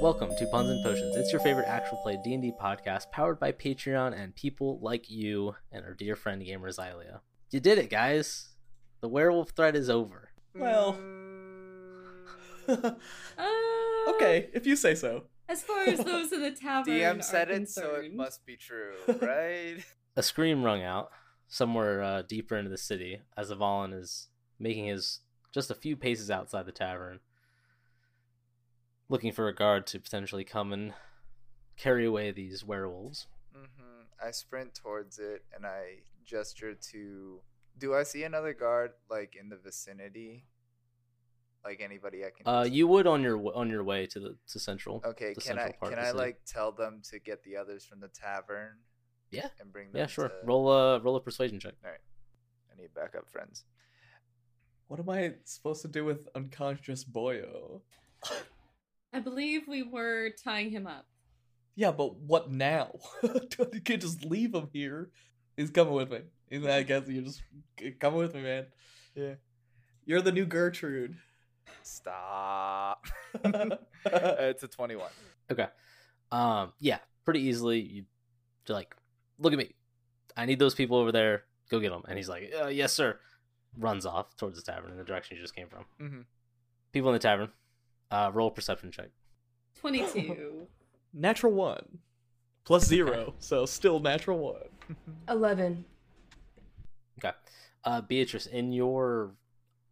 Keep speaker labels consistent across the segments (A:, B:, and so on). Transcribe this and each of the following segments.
A: Welcome to Puns and Potions. It's your favorite actual play D&D podcast powered by Patreon and people like you and our dear friend Gamer Xylia. You did it, guys. The werewolf threat is over.
B: Well.
C: Mm.
D: Uh,
B: okay, if you say so.
D: As far as those in the tavern
C: DM
D: are
C: said it, so
D: concerned.
C: it must be true, right?
A: A scream rung out somewhere uh, deeper into the city as Avalon is making his just a few paces outside the tavern, looking for a guard to potentially come and carry away these werewolves.
C: hmm I sprint towards it and I gesture to. Do I see another guard like in the vicinity? Like anybody I can.
A: Uh,
C: just-
A: you would on your on your way to the to central.
C: Okay,
A: the
C: can
A: central
C: I
A: part
C: can
A: of the
C: I
A: city.
C: like tell them to get the others from the tavern?
A: Yeah.
C: And bring them.
A: yeah, sure.
C: to-
A: Roll a roll a persuasion check.
C: I need backup friends.
B: What am I supposed to do with unconscious Boyo?
D: I believe we were tying him up.
B: Yeah, but what now? you can't just leave him here. He's coming with me. He's- I guess you just c- come with me, man. Yeah. You're the new Gertrude.
C: Stop.
B: okay.
C: it's a twenty-one.
A: Okay. Um. Yeah. Pretty easily. You you're like, look at me. I need those people over there. Go get them. And he's like, uh, yes, sir. Runs off towards the tavern in the direction you just came from.
C: Mhm.
A: People in the tavern. Uh, roll a perception check.
D: 22.
B: Natural one. Plus zero. so still natural one.
E: 11.
A: Okay. Uh, Beatrice, in your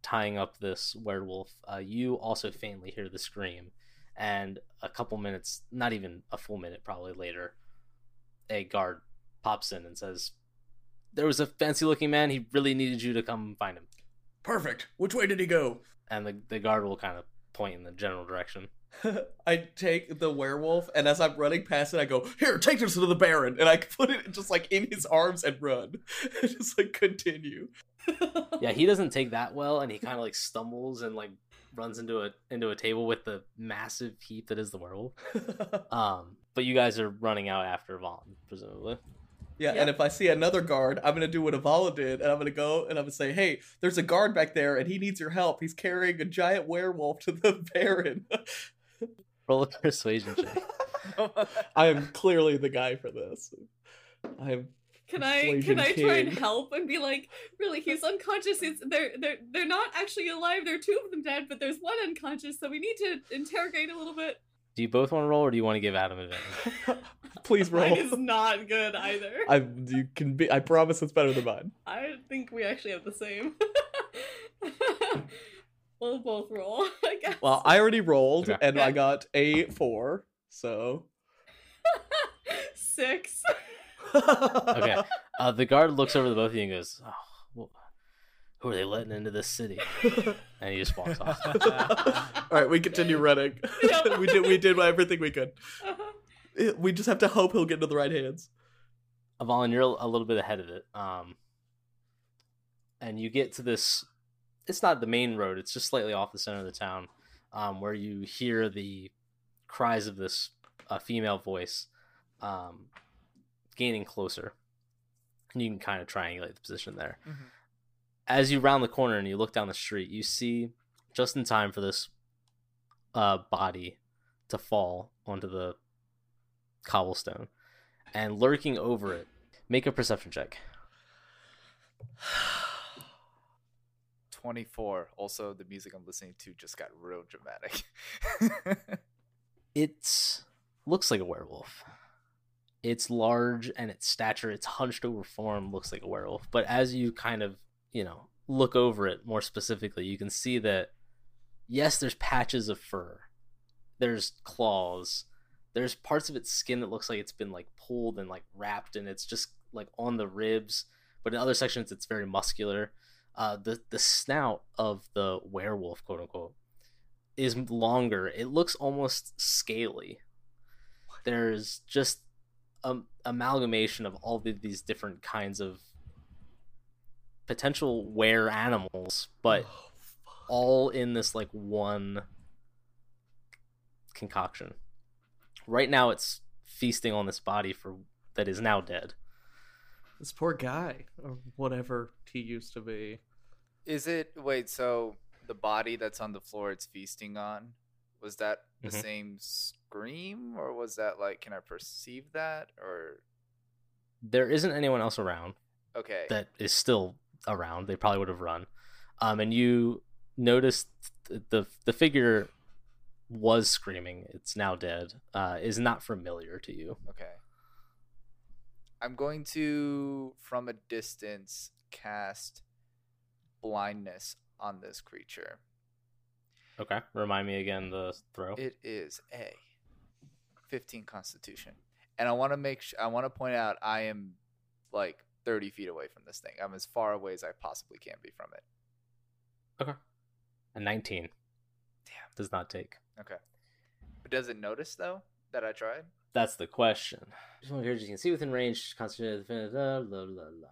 A: tying up this werewolf, uh, you also faintly hear the scream. And a couple minutes, not even a full minute probably later, a guard pops in and says, There was a fancy looking man. He really needed you to come find him.
B: Perfect. Which way did he go?
A: And the, the guard will kind of point in the general direction.
B: I take the werewolf, and as I'm running past it, I go, "Here, take this to the Baron," and I put it just like in his arms and run, just like continue.
A: Yeah, he doesn't take that well, and he kind of like stumbles and like runs into a into a table with the massive heap that is the werewolf. Um, but you guys are running out after Vaughn, presumably.
B: yeah, and if I see another guard, I'm gonna do what Avala did, and I'm gonna go and I'm gonna say, "Hey, there's a guard back there, and he needs your help. He's carrying a giant werewolf to the Baron."
A: Roll a persuasion check.
B: I am clearly the guy for this. I am.
D: Can I can I try and
B: Persuasion king.
D: help and be like, really, he's unconscious. It's they're they're they're not actually alive. There are two of them dead, but there's one unconscious, so we need to interrogate a little bit.
A: Do you both want to roll, or do you want to give Adam advantage?
B: Please roll.
D: Mine is not good either. I,
B: I you can be. I promise it's better than mine.
D: think we actually have the same. we'll both roll, I guess.
B: Well, I already rolled
A: Okay.
B: and I got a four, so
D: Six.
B: okay.
A: Okay. Uh, the guard looks over the both of you and goes, oh, well, "Who are they letting into this city?" And he just walks off.
B: All right, we continue running.
D: Yeah.
B: we did we did everything we could. It- We just have to hope he'll get into the right hands.
A: Avalon, you're a little bit ahead of it. Um, and you get to this. It's not the main road. It's just slightly off the center of the town, um, where you hear the cries of this uh, female voice, um, gaining closer. And you can kind of triangulate the position there.
C: Mhm.
A: As you round the corner and you look down the street, you see just in time for this uh, body to fall onto the cobblestone, and lurking over it Make a perception check.
C: Twenty-four. Also, the music I'm listening to just got real dramatic.
A: It looks like a werewolf. It's large and its stature, its hunched over form looks like a werewolf. But as you kind of, you know, look over it more specifically, you can see that yes, there's patches of fur. There's claws. There's parts of its skin that looks like it's been like pulled and like wrapped and it's just like on the ribs. But in other sections it's very muscular. Uh the the snout of the werewolf, quote unquote, is longer. It looks almost scaly. There's just um amalgamation of all of these different kinds of potential were animals, but
B: Oh, fuck.
A: all in this like one concoction. Right now, it's feasting on this body for that is now dead.
B: this poor guy or whatever he used to be.
C: Is it wait? So the body that's on the floor, it's feasting on. was that the
A: Mhm.
C: same scream or was that like can I perceive that or
A: There isn't anyone else around
C: okay.
A: that is still around. They probably would have run. Um, and you noticed th- the the figure was screaming. It's now dead. Uh, is not familiar to you.
C: Okay. I'm going to, from a distance, cast blindness on this creature.
A: Okay. Remind me again the throw.
C: It is a 15 Constitution, and I want to make. Sh- I want to point out I am like 30 feet away from this thing. I'm as far away as I possibly can be from it.
A: A nineteen.
C: Damn.
A: Does not take.
C: But does it notice though that I tried?
A: That's the question. Just want to hear you can see within range. Concentrated. Blah, blah, blah, blah.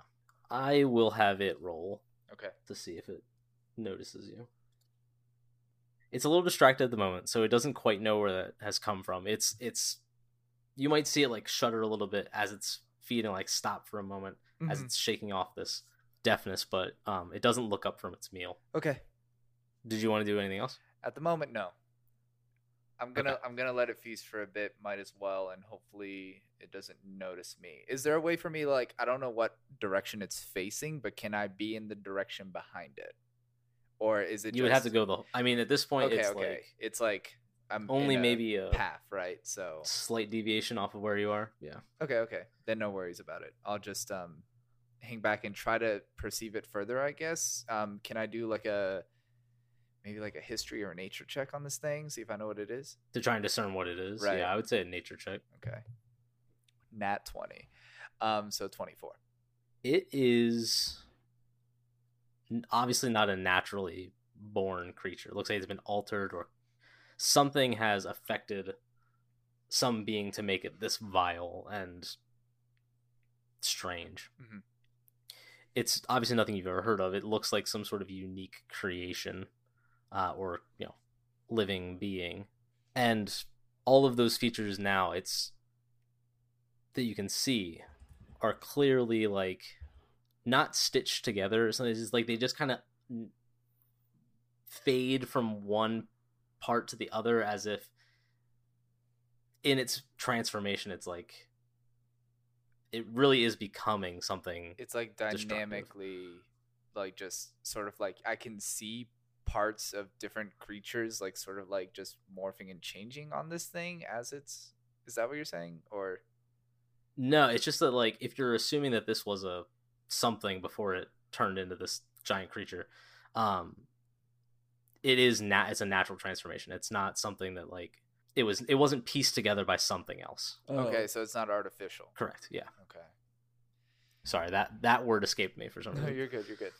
A: I will have it roll
C: Okay.
A: to see if it notices you. It's a little distracted at the moment, so it doesn't quite know where that has come from. It's it's you might see it like shudder a little bit as its feet and like stop for a moment as
C: Mhm.
A: it's shaking off this deafness, but um it doesn't look up from its meal.
C: Okay.
A: Did you want to do anything else?
C: At the moment, no. I'm gonna I'm gonna let it feast for a bit, might as well, and hopefully it doesn't notice me. Is there a way for me like I don't know what direction it's facing, but can I be in the direction behind it? Or is it
A: You would have to
C: just-
A: go the I mean at this point
C: Okay,
A: it's
C: okay.
A: like
C: it's like I'm
A: only
C: in a
A: maybe a
C: path, right? So
A: slight deviation off of where you are. Yeah.
C: Okay, okay. Then no worries about it. I'll just um hang back and try to perceive it further, I guess. Um can I do like a maybe like a history or a nature check on this thing, see if I know what it is?
A: To try and discern what it is.
C: Right.
A: Yeah, I would say a nature check.
C: Okay. Nat 20. Um, so 24.
A: It is n- obviously not a naturally born creature. It looks like it's been altered or something has affected some being to make it this vile and strange.
C: Mhm.
A: It's obviously nothing you've ever heard of. It looks like some sort of unique creation uh, or, you know, living being. And all of those features now, it's that you can see are clearly like not stitched together. So it's just like they just kind of fade from one part to the other as if in its transformation it's like it really is becoming something
C: It's like
A: Destructive.
C: dynamically, like just sort of like I can see parts of different creatures, like sort of like just morphing and changing on this thing as it's. Is that what you're saying? Or
A: no it's just that like if you're assuming that this was a something before it turned into this giant creature um it is nat it's a natural transformation it's not something that like it was it wasn't pieced together by something else
B: Oh.
C: okay, so it's not artificial.
A: correct yeah
C: Okay.
A: Sorry, that that word escaped me for some
C: No,
A: reason.
C: you're good. You're good.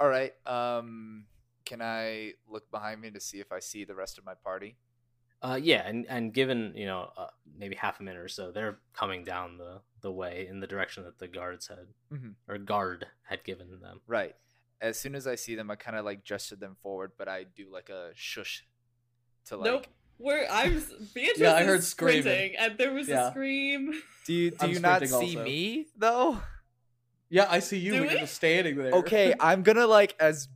C: All right. Um, can I look behind me to see if I see the rest of my party?
A: Uh, yeah, and and given you know uh, maybe half a minute or so, they're coming down the the way in the direction that the guards had
C: Mhm.
A: or guard had given them.
C: Right. As soon as I see them, I kind of like gesture them forward, but I do like a shush to like.
D: nope. We're I'm s- Beatrice
B: Yeah, I
D: is
B: heard screaming.
D: sprinting, and there was
B: Yeah.
D: a scream.
C: Do you do
B: I'm
C: you not see
B: sprinting also.
C: me though?
B: Yeah, I see you.
D: Do
B: but
D: we?
B: You're just standing there.
C: Okay, I'm gonna like as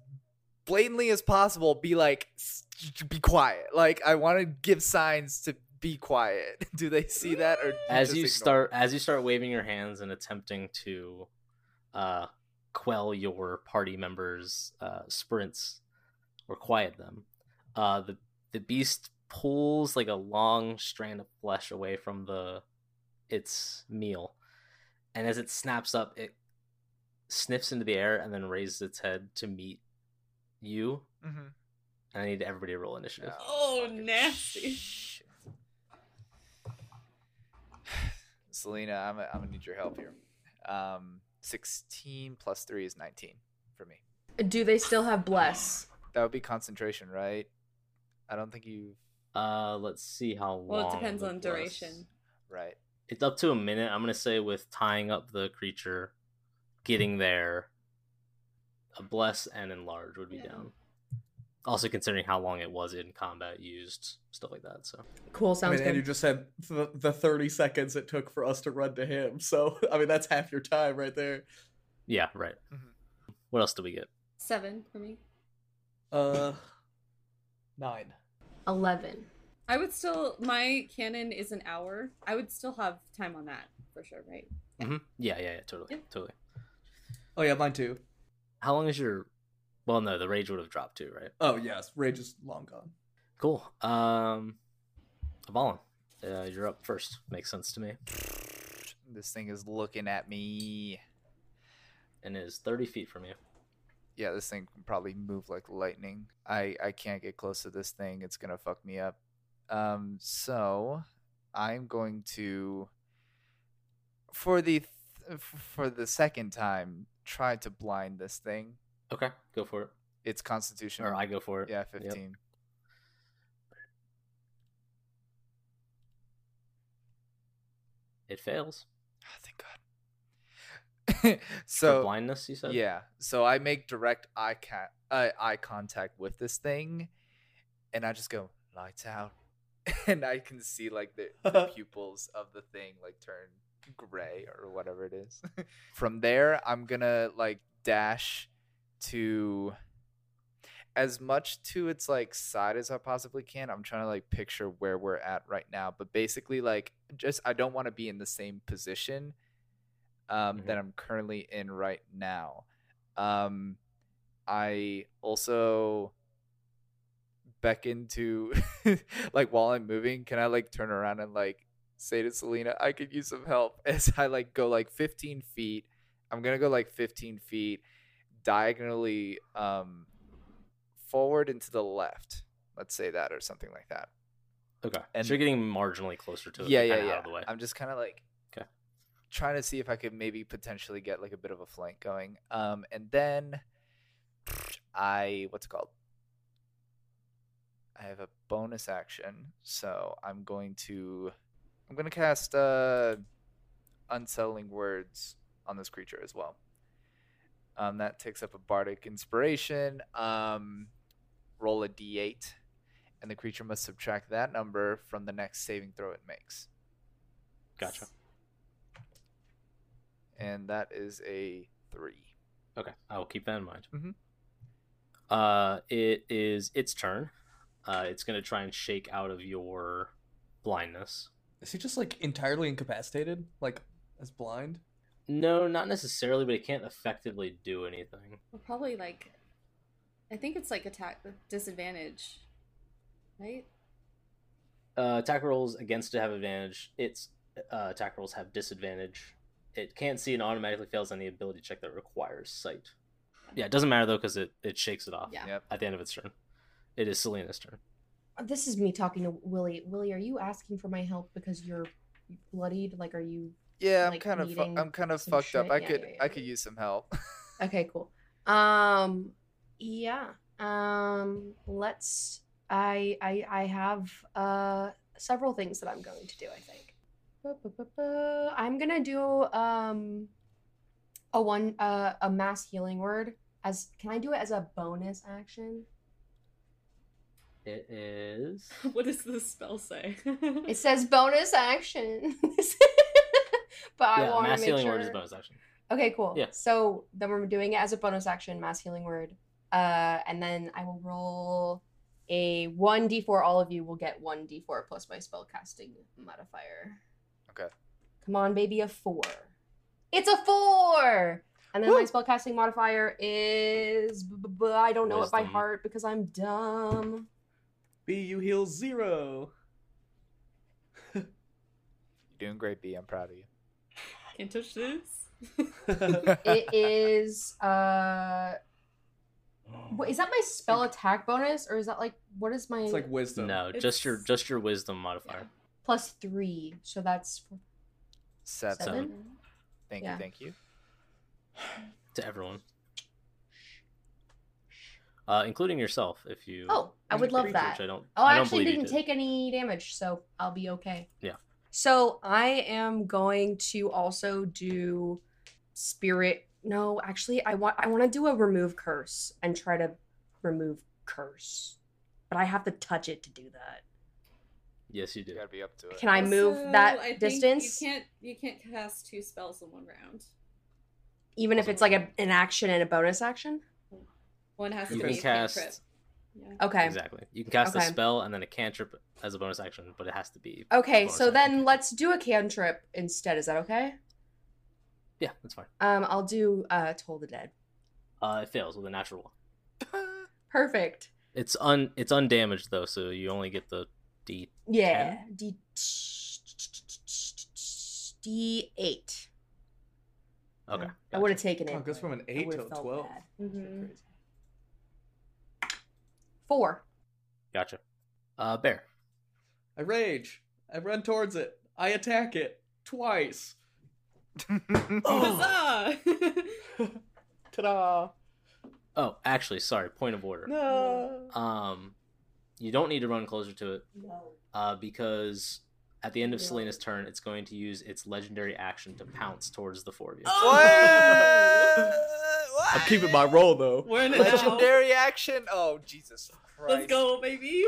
C: blatantly as possible be like "S- be quiet. Like I want to give signs to be quiet. Do they see that or
A: As
C: just
A: you
C: ignore?
A: start as you start waving your hands and attempting to uh, quell your party members' uh, sprints or quiet them, uh, the the beast pulls like a long strand of flesh away from the its meal, and as it snaps up, it sniffs into the air and then raises its head to meet you.
C: Mhm.
A: And I need everybody to roll initiative.
D: Oh,
C: fucking
D: nasty.
C: shit. Selena, I'm i I'm gonna need your help here. Um, sixteen plus three is nineteen for me.
E: Do they still have bless?
C: That would be concentration, right? I don't think you.
A: Uh, let's see how long.
D: Well, it depends
A: the
D: on
A: bless-
D: duration.
C: Right.
A: it's up to a minute. I'm gonna say with tying up the creature, getting there, a bless and enlarge would be
D: Yeah.
A: down. Also considering how long it was in combat used, stuff like that. So
E: Cool,
B: I mean,
E: sounds
B: Andrew
E: good.
B: just said th- the 30 seconds it took for us to run to him. So, I mean, that's half your time right there.
A: yeah, right.
C: Mhm.
D: Mm-hmm.
A: What else do we get?
D: Seven for me.
B: Uh, nine.
E: Eleven.
D: I would still my canon is an hour. I would still have time on that for sure, right?
A: hmm
C: Mm-hmm.
A: Yeah, yeah, yeah, totally,
D: Yeah.
A: totally.
B: Oh yeah, mine too.
A: How long is your? Well, no, the rage would have dropped too, right?
B: Oh yes, rage is long gone.
A: Cool. Um, Avalon, uh, you're up first. Makes sense to me.
C: This thing is looking at me.
A: And it is 30 feet from you.
C: Yeah, this thing can probably move like lightning. I I can't get close to this thing. It's gonna fuck me up. Um, so I'm going to for the th- for the second time try to blind this thing.
A: Okay, go for it.
C: It's Constitution.
A: Or I go for it.
C: Yeah,
A: Yep.
C: fifteen.
A: It fails.
C: Oh, thank
A: So
C: God. so
A: blindness, you said.
C: Yeah. So I make direct eye ca- uh, eye contact with this thing, and I just go lights out, and I can see like the, the
B: Uh-huh.
C: pupils of the thing like turn gray or whatever it is. From there, I'm gonna like dash to as much to its like side as I possibly can. I'm trying to like picture where we're at right now, but basically like just I don't want to be in the same position um, that I'm currently in right now. Um, I also beckon to like while I'm moving, can I like turn around and like say to Selena, I could use some help as I like go like 15 feet. I'm gonna go like 15 feet diagonally um forward and to the left. Let's say that or something like that.
A: Okay.
C: And-
A: And so you're getting marginally closer to it.
C: yeah,
A: like,
C: yeah,
A: kinda
C: yeah.
A: Out of the way.
C: I'm just kind of like
A: 'Kay.
C: trying to see if I could maybe potentially get like a bit of a flank going. Um, and then I what's it called? I have a bonus action, so I'm going to I'm going to cast uh, unsettling words on this creature as well. Um, that takes up a bardic inspiration. Um, roll a d8, and the creature must subtract that number from the next saving throw it makes.
A: Gotcha.
C: and that is a three.
A: Okay. I will keep that in mind.
C: Mhm.
A: Uh, it is its turn. Uh, it's gonna try and shake out of your blindness.
B: Is he just like entirely incapacitated, like as blind?
A: No, not necessarily, but it can't effectively do anything.
D: Well, probably like, I think it's like attack disadvantage, right?
A: Uh, attack rolls against it have advantage. Its uh, attack rolls have disadvantage. It can't see and automatically fails any ability check that requires sight. Yeah, it doesn't matter though because it, it shakes it off
D: Yeah.
C: Yep.
A: at the end of its turn. It is Selena's turn.
E: This is me talking to Willie. Willie, are you asking for my help because you're bloodied? Like, are you?
C: Yeah, I'm
E: Like,
C: kind of fu-
E: needing
C: I'm kind of
E: some
C: fucked up.
E: shit?
C: I
E: Yeah,
C: could
E: yeah,
C: I
E: yeah.
C: could use some help.
E: Okay, cool. Um, yeah. Um, let's. I I I have uh several things that I'm going to do. I think. Ba-ba-ba-ba. I'm gonna do um a one uh, a mass healing word as can I do it as a bonus action?
A: It is.
D: What does this spell say?
E: It says bonus action. but I
A: yeah,
E: want to
A: mass
E: make
A: healing
E: sure.
A: word is a bonus action.
E: Okay, cool.
A: Yeah.
E: So then we're doing it as a bonus action, mass healing word. Uh, and then I will roll a 1d4. All of you will get 1d4 plus my spellcasting modifier.
C: Okay.
E: Come on, baby, a four. It's a four! And then my spellcasting modifier is. b- b- b- I don't know it by
A: Wisdom.
E: heart because I'm dumb.
B: B, you heal zero.
C: You're doing great, B. I'm proud of you.
D: Can't touch this.
E: It is. Uh, wh- is that my spell attack bonus? Or is that like. What is my.
B: it's like wisdom.
A: no, just your
D: it's-
A: just your wisdom modifier.
E: plus three, so that's
C: Seven.
E: seven.
C: Thank
E: Yeah.
C: you. Thank you.
A: to everyone, uh, including yourself, if you.
E: Oh, I
A: use
E: would
A: the
E: love
A: creature,
E: that.
A: Which I don't.
E: Oh,
A: I
E: I
A: don't
E: actually
A: believe you
E: didn't
A: did.
E: take any damage, so I'll be okay.
A: Yeah.
E: So I am going to also do spirit. No, actually, I want I want to do a remove curse and try to remove curse, but I have to touch it to do that.
A: Yes, you
C: You
A: did.
C: gotta be up to it.
E: Can I move
D: Also,
E: that
D: I think
E: distance,
D: You can't. You can't cast two spells in one round.
E: even if it's like a, an action and a bonus action?
D: One has
A: You
D: to
A: can
D: be a cantrip.
A: cast
D: Yeah.
E: Okay.
A: Exactly. You can cast a
E: Okay.
A: spell and then a cantrip as a bonus action, but it has to be.
E: Okay,
A: bonus
E: so
A: action.
E: then let's do a cantrip instead. Is that okay?
A: Yeah, that's fine.
E: Um, I'll do uh Toll the Dead.
A: Uh, it fails with a natural one.
E: Perfect.
A: It's un it's undamaged though, so you only get the D.
E: Yeah. D D eight.
A: Okay.
E: I would have taken it.
B: Oh, it goes
E: but
B: from an
E: I
B: 8
E: would've
B: to a
E: felt
B: 12.
E: bad.
A: Mm-hmm.
D: Mhm.
E: Four.
A: Gotcha. Uh, bear.
B: I rage. I run towards it. I attack it twice.
D: Huzzah!
B: Ta-da!
A: Oh, actually, sorry. Point of order.
B: No.
A: Um, you don't need to run closer to it
E: No.
A: uh, because at the end of
E: Yeah.
A: Selena's turn, it's going to use its legendary action to pounce towards the four of you.
E: Oh!
C: What?
B: I'm keeping my roll though.
D: We're in it now.
C: Legendary action. Oh Jesus Christ!
D: Let's go, baby.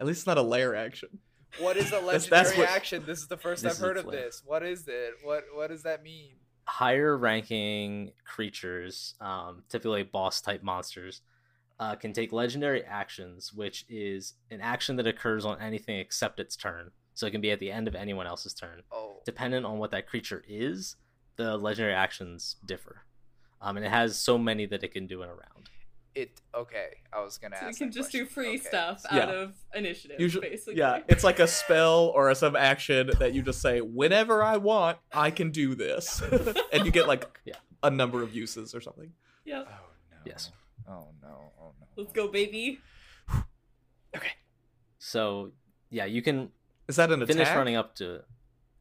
B: At least it's not a lair action.
C: What is a
B: That's-
C: legendary
B: that's what-
C: action? This is the first
A: This
C: I've
A: is
C: heard
A: a
C: of
A: flip.
C: this. What is it? What What does that mean?
A: higher ranking creatures, um, typically boss type monsters, uh, can take legendary actions, which is an action that occurs on anything except its turn. So it can be at the end of anyone else's turn.
C: Oh,
A: Dependent on what that creature is, the legendary actions differ. Um, and it has so many that it can do in a round.
C: it. Okay, I was gonna
D: So we
C: ask.
D: can
C: that
D: just do
C: question.
D: free
C: Okay.
D: stuff
B: Yeah.
D: out of initiative,
B: Usually,
D: basically.
B: yeah, it's like a spell or some action that you just say whenever I want, I can do this, and you get like
A: Yeah.
B: a number of uses or something.
D: Yep.
C: Oh no.
A: Yes.
C: Oh no. Oh no.
D: Let's go, baby.
A: So yeah, you can
B: Is that an attack?
A: finish running up to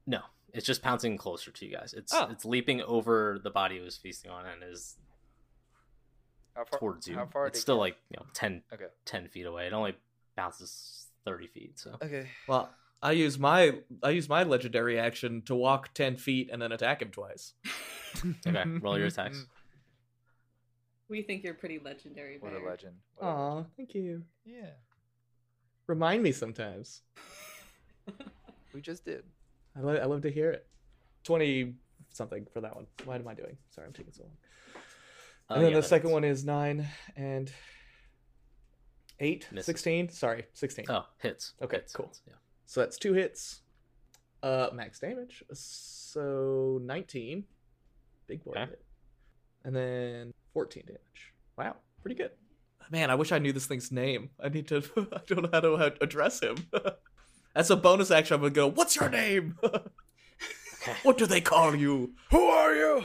A: no it's just pouncing closer to you guys it's
B: Oh.
A: it's leaping over the body it was feasting on and is
C: How far,
A: towards you
C: How far?
A: it's
C: did-
A: still like you know 10
C: Okay.
A: 10 feet away it only bounces 30 feet so
C: Okay.
B: Well, I use my I use my legendary action to walk ten feet and then attack him twice.
A: okay roll your
C: Mm-hmm.
A: attacks
D: We think you're pretty legendary,
C: What a
D: Bear.
C: legend. What a legend.
B: Aw, thank you.
C: Yeah,
B: Remind me sometimes.
C: we just did.
B: I love, I love to hear it. Twenty something for that one. What am I doing? Sorry, I'm taking so long.
A: Oh,
B: and then
A: yeah,
B: the
A: that
B: second
A: hits.
B: one is nine and eight.
A: Misses.
B: 16? Sorry, 16.
A: oh hits
B: Okay,
A: Hits,
B: cool.
A: hits, yeah.
B: So that's two hits. Uh, max damage. So 19. Big boy
A: Okay.
B: hit. And then 14 damage. Wow, pretty good. Man, I wish I knew this thing's name. I need to, I don't know how to how to address him. That's a bonus action. I'm going to go, What's your name?
A: okay
B: what do they call you?
C: Who are you?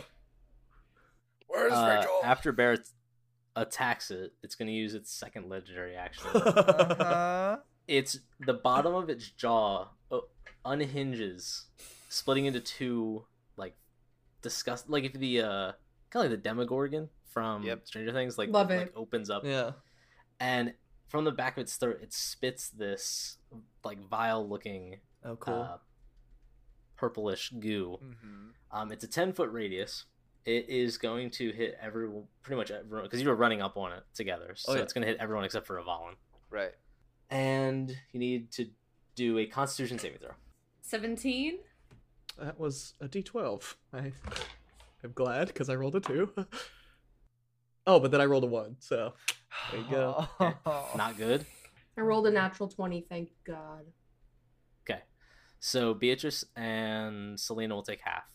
C: Where's
A: Uh,
C: Rachel?
A: after Barrett attacks it it's going to use its second legendary action
B: Uh,
C: Uh-huh.
A: it's the bottom of its jaw uh, unhinges, splitting into two like disgust like if the uh kind of like the Demogorgon from
C: Yep.
A: Stranger Things like
E: Love
A: like
E: it.
A: opens up
B: yeah.
A: and from the back of its throat it spits this like vile looking
B: Oh, cool.
A: uh, purplish goo.
C: Mhm.
A: Um, it's a ten foot radius. It is going to hit every pretty much everyone because you were running up on it together, so
B: Oh, yeah.
A: it's going to hit everyone except for Avalon.
C: Right.
A: And you need to do a Constitution saving throw.
D: 17?
B: That was a d12. I, I'm glad because I rolled a two. oh, but then I rolled a one. So There you go.
A: Not good.
E: I rolled a natural twenty. Thank God.
A: Okay. So Beatrice and Selena will take half.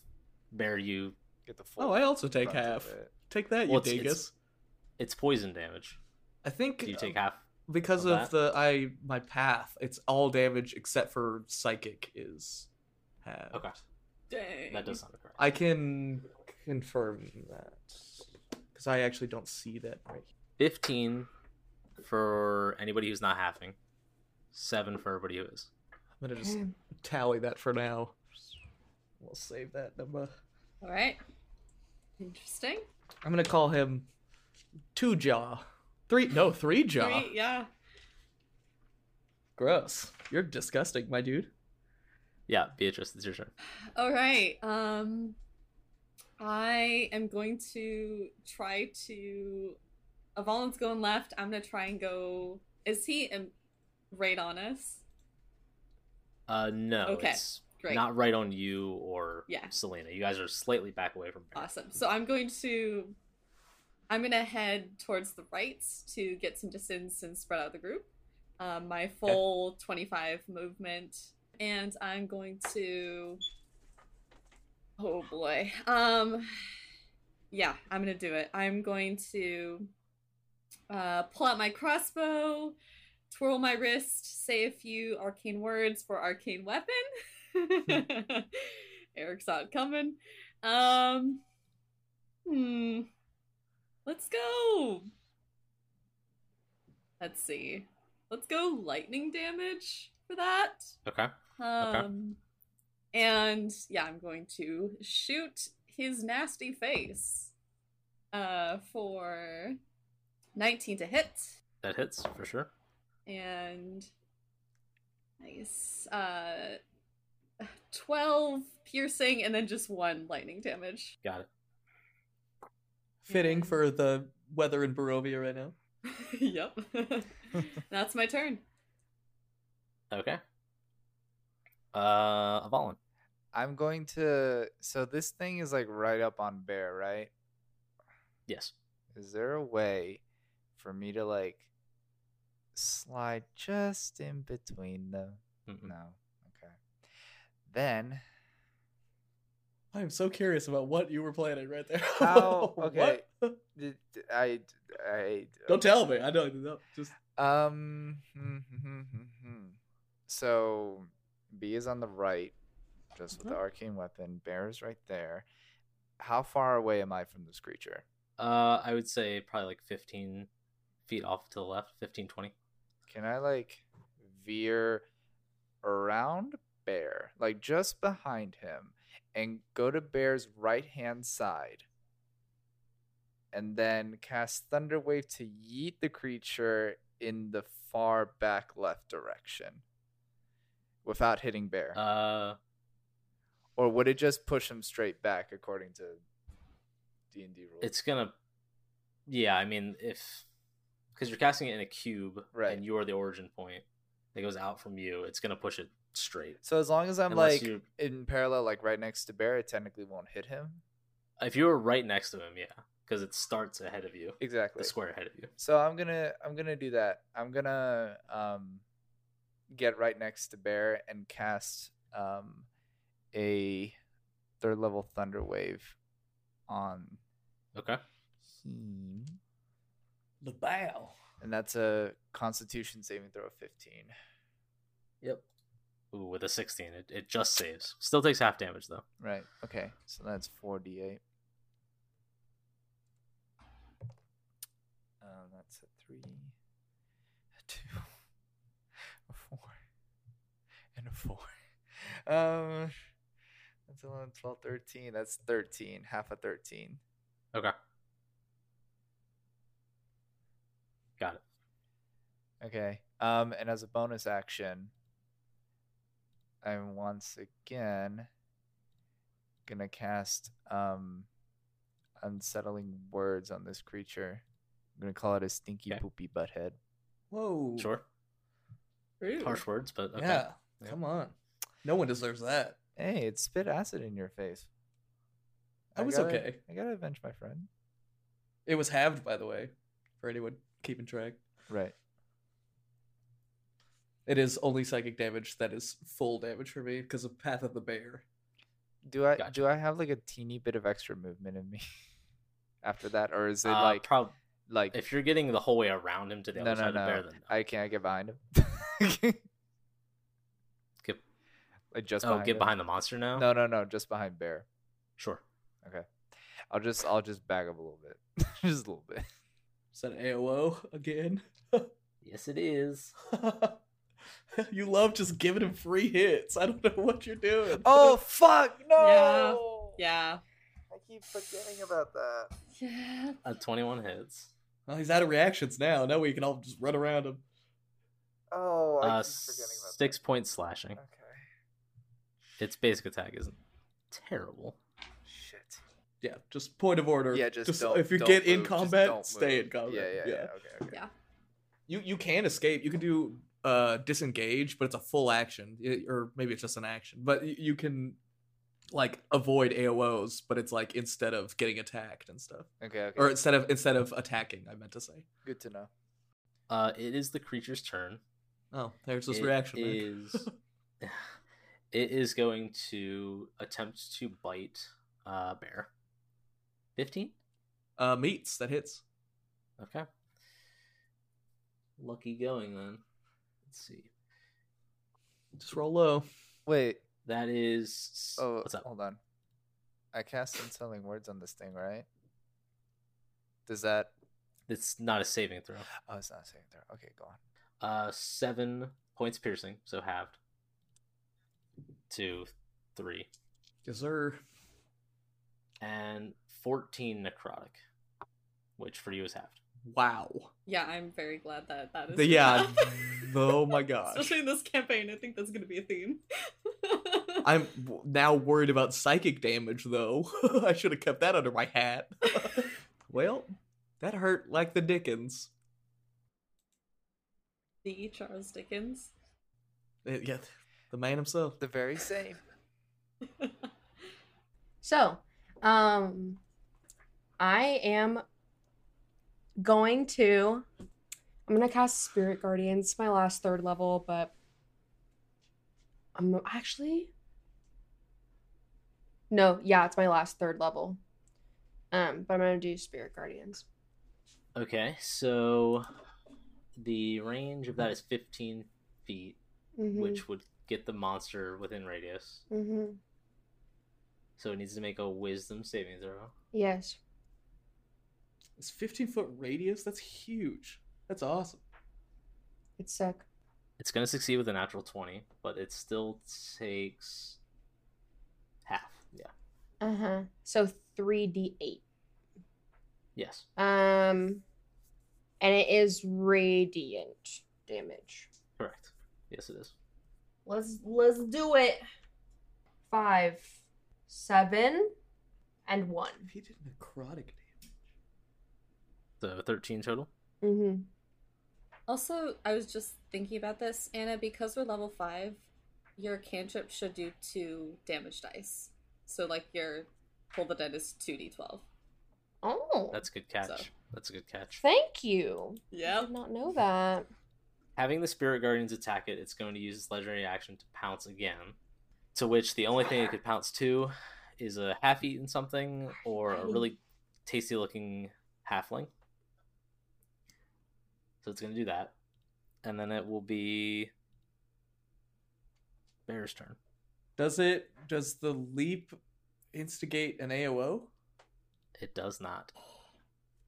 A: Bear you
C: Get the full
B: oh, I also take
C: brunt of
B: half.
C: it.
B: Take that,
A: Well, it's-
B: you
A: it's-
B: dingus.
A: it's poison damage.
B: I think
A: You take
B: uh,
A: half.
B: because
A: of
B: of the I my path. It's all damage except for psychic is halved.
A: Okay.
D: Dang.
A: That does sound correct.
B: I can confirm that because I actually don't see that right. Here.
A: Fifteen for anybody who's not halving. Seven for everybody who is.
B: I'm gonna just tally that for now. We'll save that number.
D: All right. Interesting.
B: I'm gonna call him Two Jaw. Three no, three jaw.
D: Three, yeah.
B: Gross. You're disgusting, my dude.
A: Yeah, Beatrice, it's your turn.
D: All right. Um, I am going to try to. Avalon's going left. I'm gonna try and go. Is he um, right on us?
A: Uh no.
D: Okay,
A: It's
D: Great.
A: not right on you or
D: Yeah.
A: Selena. You guys are slightly back away from Bear.
D: Awesome. So I'm going to. I'm gonna head towards the right to get some distance and spread out the group. Um, my full 25 movement, and I'm going to. Oh boy. Um, yeah, I'm gonna do it. I'm going to uh, pull out my crossbow, twirl my wrist, say a few arcane words for arcane weapon. Eric's not coming. Um, hmm. Let's go. Let's see. Let's go lightning damage for that.
A: Okay.
D: Um, and yeah, I'm going to shoot his nasty face. Uh, for 19 to hit,
A: That hits for sure.
D: and nice. Uh, 12 piercing, and then just one lightning damage.
A: Got it.
B: Fitting for the weather in Barovia right now.
D: yep. That's my turn.
A: Okay. Uh, Avalon.
C: I'm going to. So this thing is like right up on bear, right?
A: Yes.
C: Is there a way for me to like slide just in between them?
A: Mm-mm.
C: No. Okay. Then
B: I am so curious about what you were planning right there.
C: How- okay.
B: What?
C: d- d- I I
B: Don't tell me. I know. No, just
C: Um. hmm, hmm, hmm, hmm. So B is on the right, just with the arcane weapon. Bear is right there. How far away am I from this creature?
A: Uh, I would say probably like 15 feet off to the left, 15, 20.
C: Can I like veer around Bear, like just behind him, and go to Bear's right hand side, and then cast Thunder Wave to yeet the creature in the far back left direction without hitting Bear?
A: Uh,
C: or would it just push him straight back according to D and D rules?
A: it's gonna. Yeah, I mean, if because you're casting it in a cube,
C: Right.
A: and you're the origin point that goes out from you, it's gonna push it straight.
C: so as long as I'm
A: Unless
C: like
A: you,
C: in parallel, like right next to Bear, it technically won't hit him.
A: if you were right next to him, yeah, because it starts ahead of you,
C: Exactly.
A: the square ahead of you.
C: So I'm gonna I'm gonna do that. I'm gonna um get right next to Bear and cast um a third level thunder wave on
A: Okay.
B: Hmm.
C: him.
B: the bow.
C: And that's a constitution saving throw of fifteen.
A: Yep. Ooh, with a 16, it, it just saves. Still takes half damage though.
C: Right. Okay. So that's four d eight. Um, that's a three, a two, a four, and a four. Um, that's 11, 12, 13. That's 13, half a 13.
A: Okay. Got it.
C: Okay. Um, and as a bonus action, I'm once again gonna cast um unsettling words on this creature. I'm gonna call it a stinky
A: Okay.
C: poopy butthead.
B: Whoa.
A: Sure.
D: Ooh.
A: Harsh words, but okay.
B: Yeah.
A: Yeah.
B: Come on. No one deserves that.
C: Hey, it spit acid in your face.
B: That was
C: gotta-
B: okay.
C: I gotta avenge my friend.
B: It was halved, by the way, for anyone keeping track.
C: Right.
B: It is only psychic damage that is full damage for me because of Path of the Bear.
C: Do I
A: Gotcha.
C: do I have like a teeny bit of extra movement in me after that, or is it
A: Uh,
C: like
A: prob-
C: like
A: if you're getting the whole way around him to the
C: No,
A: other
C: no,
A: side
C: no.
A: of bear, then no.
C: I can't get behind him?
A: Get-
C: Like just
A: oh, get
C: him?
A: behind the monster now.
C: No, no, no, just behind bear.
A: Sure.
C: I'll just I'll just back up a little bit. just a little bit.
B: Is that AOO again?
A: Yes, it is.
B: you love just giving him free hits. I don't know what you're doing.
C: Oh, fuck!
D: Yeah.
C: I keep forgetting about that.
D: Yeah.
A: Uh, Twenty-one hits.
B: Well, he's out of reactions now. Now we can all just run around him.
C: Oh,
A: Uh, six point slashing.
C: Okay.
A: Its basic attack isn't terrible.
C: Shit.
B: Yeah, just point of order.
C: Yeah, just, don't,
B: if you
C: don't
B: get in
C: move, just
B: combat,
C: don't
B: stay
C: move.
B: in combat.
C: Yeah, yeah, yeah. Okay, okay.
D: Yeah.
B: You you can escape. You can do uh disengage, but it's a full action, Y- or maybe it's just an action. But y- you can like avoid AOs, but it's like instead of getting attacked and stuff,
C: Okay, okay.
B: or instead of instead of attacking, I meant to say.
C: Good to know.
A: Uh, it is the creature's turn.
B: Oh, there's this
A: It
B: reaction. man.
A: is- it is going to attempt to bite uh bear. Fifteen.
B: uh, meats that hits.
A: Okay. Lucky going then. Let's see.
B: Just roll low.
C: Wait.
A: That is
C: Oh,
A: what's up?
C: hold on. I cast Unsettling Words on this thing, right? Does that?
A: It's not a saving throw.
C: Oh, it's not saying there. Okay, go on.
A: Uh, seven points piercing, so halved. Two, three,
B: Yes, sir.
A: and fourteen necrotic, which for you is halved.
B: Wow.
D: Yeah, I'm very glad that that is.
B: The- yeah.
D: now.
B: oh my gosh.
D: Especially in this campaign, I think that's going to be a theme.
B: I'm w- now worried about psychic damage, though. I should have kept that under my hat. well, that hurt like the Dickens.
D: the Charles Dickens.
B: Uh, yeah, the man himself.
C: The very same.
E: So, um, I am going to. I'm gonna cast Spirit Guardian. It's my last third level, but I'm actually. No, yeah, it's my last third level. Um, but I'm gonna do Spirit Guardians.
A: Okay, so the range of that is fifteen feet,
E: Mhm,
A: which would get the monster within radius.
E: mhm.
A: So it needs to make a Wisdom saving throw.
E: Yes.
B: It's 15 foot radius. That's huge. That's awesome.
E: It's sick.
A: It's going to succeed with a natural twenty, but it still takes half. Yeah.
E: Uh huh. So three d eight.
A: Yes.
E: Um, and it is radiant damage.
A: Correct. Yes, it is.
E: Let's let's do it. Five, seven, and one.
B: If he did necrotic damage.
A: So thirteen total.
E: Mm-hmm.
D: Also, I was just thinking about this, Anna, because we're level five, your cantrip should do two damage dice. So, like, your roll the dead is 2d12.
E: Oh,
A: That's Oh. a good catch.
D: So-
A: That's a good catch.
E: thank you. I
D: Yeah.
E: did not know that.
A: Having the Spirit Guardians attack it, it's going to use its legendary action to pounce again. To which the only thing it could pounce to is a half eaten something or a really tasty looking halfling. So it's going to do that. And then it will be Bear's turn.
B: Does it? Does the leap instigate an AOO?
A: It does not.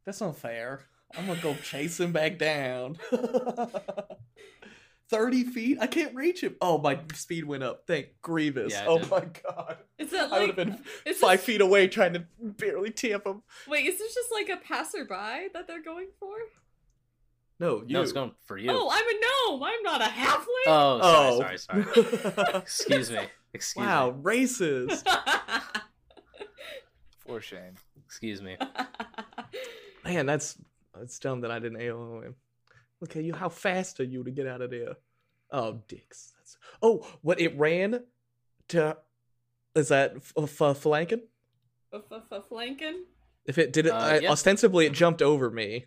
B: That's not fair. I'm gonna go chase him back down. 30 feet? I can't reach him. Oh, my speed went up. Thank Grievous.
A: Yeah, it
B: oh
A: did.
B: my god.
D: Is that
B: I
D: like.
B: would have been
D: is
B: five
D: this-
B: feet away trying to barely tamp him.
D: Wait, is this just like a passerby that they're going for?
B: No, you.
A: No, it's going for you.
D: Oh, I'm a gnome! I'm not a halfling!
A: Oh, sorry, sorry,
B: Oh.
A: sorry. Excuse me. Excuse
B: wow,
A: me.
B: racist.
C: For shame.
A: Excuse me.
B: Man, that's that's dumb that I didn't AOO him. Look at you. How fast are you to get out of there? Oh, dicks. That's, oh, what it ran to? Is that f- f- flanking?
D: Flanking?
B: If it did it,
A: Uh,
B: I,
A: yeah.
B: ostensibly it jumped over me,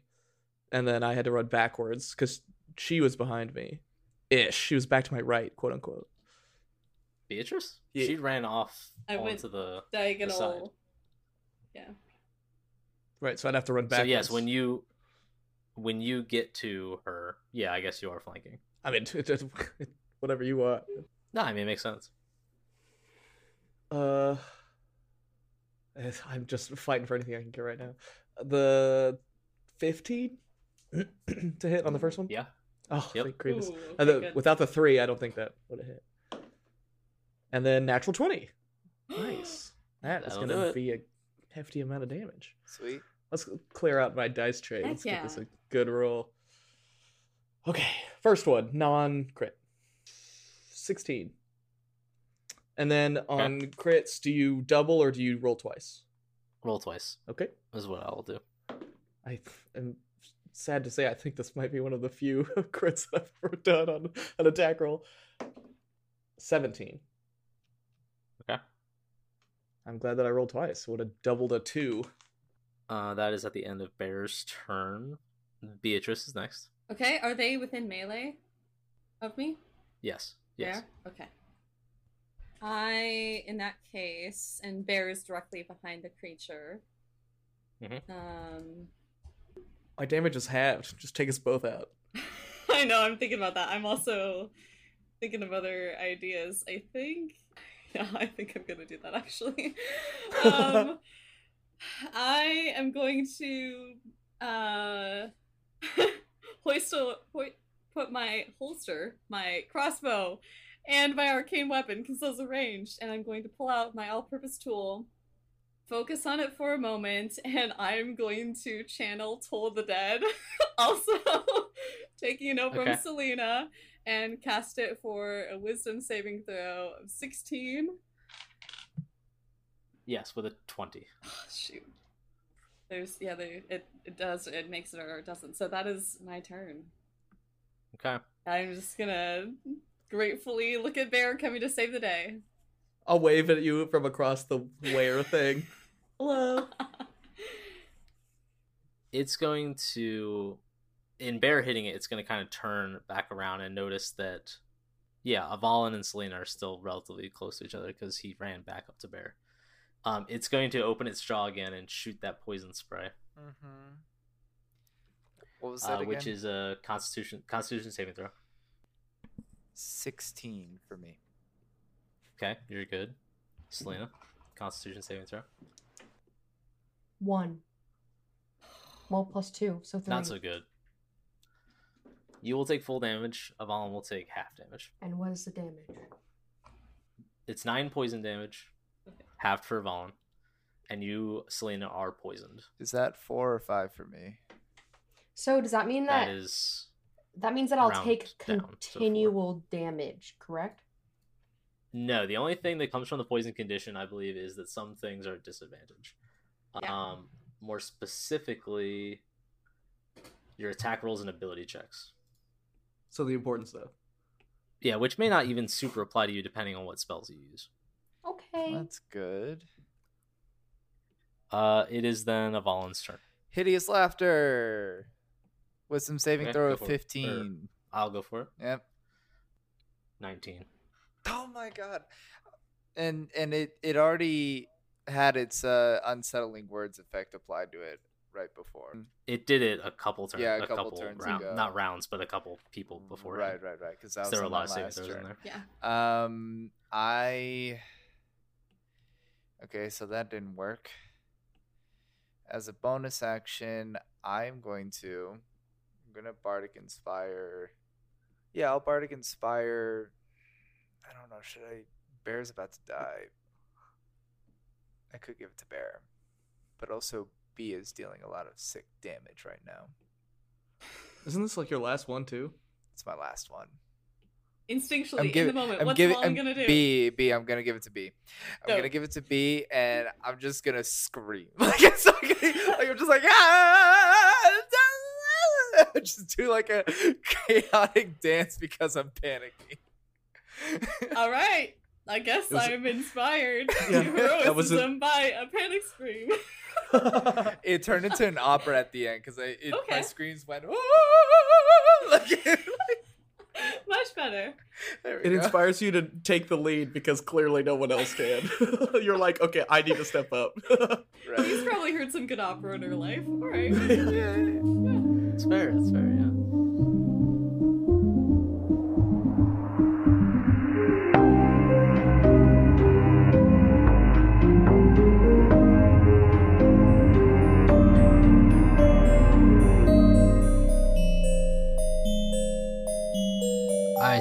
B: and then I had to run backwards because she was behind me, ish. She was back to my right, quote unquote.
A: Beatrice?
B: Yeah.
A: She ran off
D: I
A: onto
D: went-
A: the
D: Diagonal.
B: Right, so I'd have to run
A: So
B: backwards.
A: yes, when you when you get to her, yeah, I guess you are flanking.
B: I mean, it, it, whatever you want.
A: No, I mean it makes sense.
B: Uh, it's- I'm just fighting for anything I can get right now. The fifteen to hit on the first one.
A: Yeah.
B: Oh,
A: Yep.
B: thank goodness.
D: Ooh,
B: Uh,
D: okay,
B: the-
D: good.
B: without the three, I don't think that would have hit. And then natural twenty. Nice. That is
A: That'll
B: going
A: do
B: to
A: it.
B: be a hefty amount of damage.
C: Sweet.
B: Let's clear out my dice tray.
D: Heck
B: Let's get this
D: yeah.
B: a good roll. Okay, first one, non crit. 16. And then on crits, do you double or do you roll twice?
A: Roll twice
B: Okay.
A: is what I'll do.
B: I am sad to say, I think this might be one of the few crits that I've ever done on an attack roll. 17.
A: Okay.
B: I'm glad that I rolled twice. Would have doubled a two.
A: Uh, that is at the end of Bear's turn. Beatrice is next.
D: Okay, are they within melee of me?
A: Yes. Yes.
D: Bear? Okay. I, in that case, and bear is directly behind the creature.
A: Mhm.
D: Um,
B: My damage is halved. Just take us both out.
D: I know. I'm thinking about that. I'm also thinking of other ideas. I think. Yeah, I think I'm gonna do that actually. um, I am going to uh, hoist a, hoi- put my holster, my crossbow, and my arcane weapon because those are ranged, and I'm going to pull out my all-purpose tool. Focus on it for a moment, and I'm going to channel Toll the Dead. also taking it over
A: Okay.
D: from Selena and cast it for a wisdom saving throw of 16.
A: Yes, with a 20.
D: Oh, shoot. There's, yeah, there, it, it does, it makes it or it doesn't. So that is my turn.
A: Okay.
D: I'm just gonna gratefully look at Bear coming to save the day.
B: I'll wave at you from across the wear thing. Hello.
A: It's going to, in Bear hitting it, it's going to kind of turn back around and notice that, yeah, Avalon and Selena are still relatively close to each other because he ran back up to Bear. Um, it's going to open its jaw again and shoot that poison spray,
C: Mm-hmm. What was that
A: uh,
C: again?
A: which is a Constitution Constitution saving throw.
C: sixteen for me.
A: Okay, you're good. Selena, Constitution saving throw.
E: One. Well, plus two, so three.
A: Not so good. You will take full damage. Avalon will take half damage.
E: And what is the damage?
A: It's nine poison damage,
D: Okay.
A: half for Avalon, and you, Selena, are poisoned.
C: Is that four or five for me?
E: So does that mean that
A: that is
E: that means that I'll
A: round
E: take
A: down, so four.
E: continual damage, correct?
A: no. The only thing that comes from the poison condition, I believe, is that some things are at disadvantage.
E: Yeah.
A: Um, more specifically, your attack rolls and ability checks.
B: So the important stuff.
A: Yeah, which may not even super apply to you depending on what spells you use.
E: Okay.
C: That's good.
A: Uh, it is then Avalon's turn.
C: Hideous laughter. Wisdom saving
A: Okay,
C: throw
A: go
C: of
A: for it. Or-
C: fifteen.
A: I'll go for it.
C: Yep.
A: Nineteen.
C: Oh my god. And and it it already had its uh, unsettling words effect applied to it right before.
A: It did it a couple turns.
C: Yeah,
A: a, couple,
C: turns
A: round,
C: ago.
A: not rounds, but a couple people before.
C: Mm, Right,
A: him.
C: right, right. Because
A: So
C: that was
A: there were a
C: on my
A: lot of saving
C: last
A: throws in
C: turn.
A: there.
D: yeah.
C: Um, I. Okay, so that didn't work. As a bonus action, I'm going to. I'm gonna bardic inspire. Yeah, I'll bardic inspire. I don't know. Should I? Bear's about to die. I could give it to Bear, but also B is dealing a lot of sick damage right now.
B: Isn't this like your last one too?
C: It's my last one. I'm
D: Instinctually, in the
C: giving-
D: moment,
C: I'm
D: what's
C: giving-
D: Avalon
C: I'm
D: gonna do?
C: B, B, I'm gonna give it to B. I'm
D: No.
C: gonna give it to B, and I'm just gonna scream. Like it's like, like I'm just like ah! just do like a chaotic dance because I'm panicking.
D: All right. I guess
B: It was-
D: I'm inspired
B: Yeah,
D: to
B: that was a-
D: heroism by a panic scream.
C: it turned into an opera at the end because I it, my
D: Okay.
C: screams went. "Ah!" Like,
D: Much better.
C: there we
B: It
C: go.
B: inspires you to take the lead because clearly no one else can. You're like, okay, I need to step up.
C: Right.
D: She's probably heard some good opera in her life. All right.
A: It's fair. It's fair. Yeah. I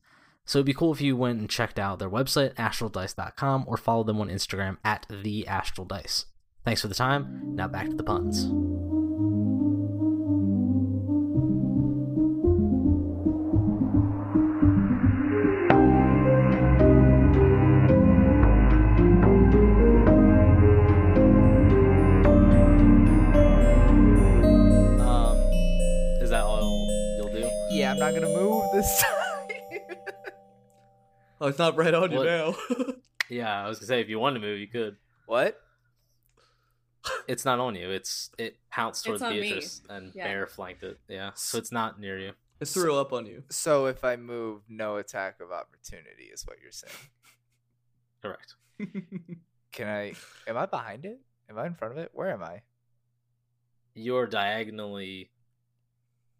A: So it'd be cool if you went and checked out their website, astraldice.com, or follow them on Instagram at the Astral Dice. Thanks for the time. Now back to the puns. Um, is that all you'll do?
C: Yeah, I'm not gonna move this time.
B: Oh, it's not right on you
A: What?
B: now.
A: Yeah, I was gonna say if you want to move, you could.
C: what?
A: It's not on you. It's it pounced towards
D: It's on me.
A: Beatrice and
D: Yeah.
A: bear flanked it. Yeah, so it's not near you.
B: it threw up on you.
C: So if I move, no attack of opportunity is what you're saying.
A: Correct.
C: Can I? Am I behind it? Am I in front of it? Where am I?
A: You're diagonally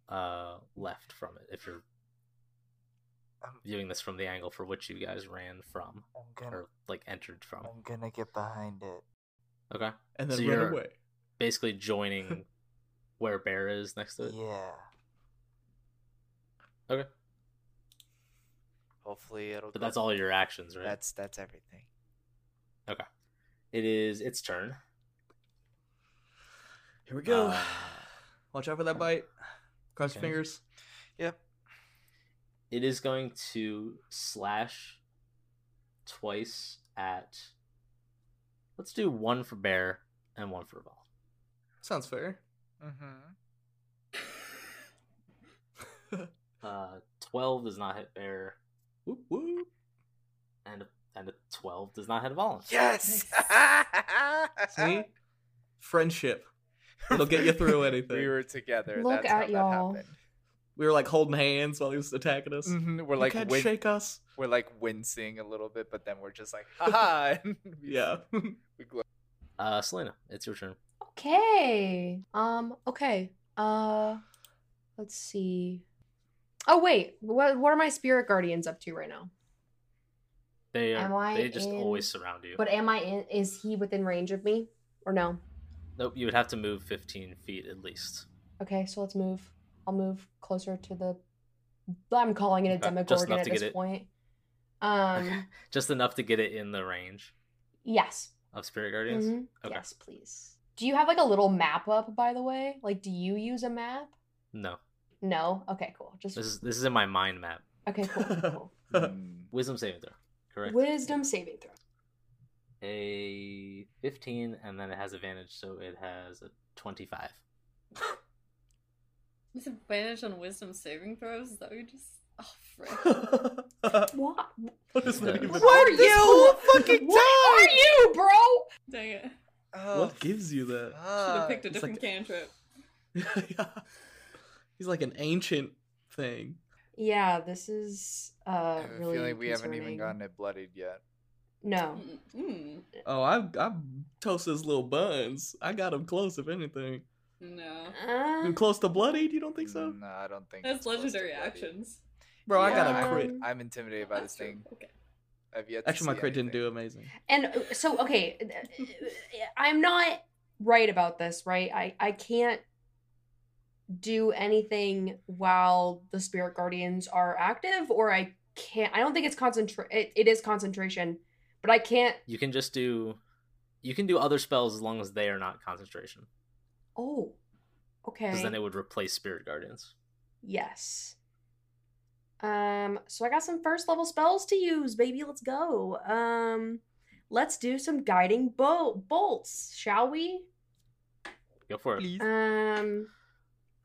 A: uh left from it if you're viewing this from the angle for which you guys ran from
C: I'm
A: or like entered from.
C: gonna get behind it.
A: Okay,
B: And then
A: So
B: ran
A: you're-
B: away.
A: basically joining where bear is next to it.
C: Yeah.
A: Okay.
C: Hopefully it'll.
A: But
C: go-
A: that's all your actions, right?
C: That's that's everything.
A: It is its turn.
B: Here we go.
A: Uh,
B: Ah. Watch out for that bite. Cross your
A: okay.
B: fingers.
C: Yep.
A: it is going to slash twice at let's do one for bear and one for ball
B: Sounds fair.
C: Mm-hmm.
A: uh 12 does not hit bear
B: Whoop whoop.
A: and and a 12 does not hit Volin.
C: Yes.
B: See? Friendship. It'll get you through anything.
C: we
B: we, were...
C: were together.
E: Look
C: that's how
E: at y'all.
C: That happened.
B: like holding hands while he was attacking us.
C: Mhm, We're
B: Mm. You
C: like
B: can't
C: win-
B: shake us.
C: we're like wincing a little bit, but then we're just like, haha. and we-
B: Yeah.
C: We glow.
A: uh selena it's your turn
E: Okay. Um. Okay. Uh. Let's see. Oh wait. What What are my spirit guardians up to right now?
A: they
E: Am
A: are
E: I
A: they just
E: in-
A: always surround you
E: But am I in? Is he within range of me or no?
A: nope you would have to move 15 feet at least
E: Okay. So let's move. I'll move closer to the. I'm calling it a
A: Okay, Uh, just
E: demogorgon
A: enough
E: at
A: to get
E: this
A: it-
E: point. Um.
A: Okay. just enough to get it in the range
E: Yes.
A: of spirit guardians
E: Mhm.
A: Okay.
E: Yes, please. Do you have like a little map up, by the way? Like, do you use a map?
A: no
E: No. Okay. Cool. Just
A: this is this is in my mind map
E: okay. Cool. cool.
C: Mm.
A: wisdom saving throw correct
E: Wisdom saving throw.
A: a 15 and then it has advantage so it has a 25
D: Disadvantage on wisdom saving throws? Is that what you just. Oh, frick.
B: what
E: What?
B: is that even?
E: What
B: What,
E: are
C: What this whole
E: you?
C: fucking
E: What are you, bro?
D: Dang it. Should
C: Oh,
B: gives you that?
D: have
C: fuck.
D: picked a
B: Uh, it's like
D: different cantrip.
B: He's like an ancient thing.
E: Yeah, this is
C: I
E: uh
C: have a
E: really.
C: feeling we haven't even
E: concerning.
C: gotten it bloodied yet.
E: No.
D: Mm, mm,
B: Oh, I I toast his little buns. I got him close, if anything.
D: no.
B: Been
E: Uh,
B: close to bloodied? You don't think so?
C: No, I don't think. it's
D: That's
C: close to
D: legendary
C: bloodied.
D: actions.
B: Bro, I
E: Yeah.
B: got a crit.
E: Um,
C: I'm intimidated by this
D: That's true.
C: thing.
D: Okay.
C: I've yet. To
B: Actually, my
C: see
B: crit didn't
C: anything.
B: do amazing.
E: and uh, so, okay, uh, I'm not right about this, right? I I can't do anything while the spirit guardians are active, or I can't. I don't think it's concentra It, it is concentration, but I can't.
A: you can just do you can do other spells as long as they are not concentration
E: Oh, okay.
A: because then it would replace spirit guardians
E: Yes. Um, so I got some first level spells to use, baby. Let's go. Um, let's do some guiding bolt bolts, shall we?
A: go for it
C: Please.
E: Um,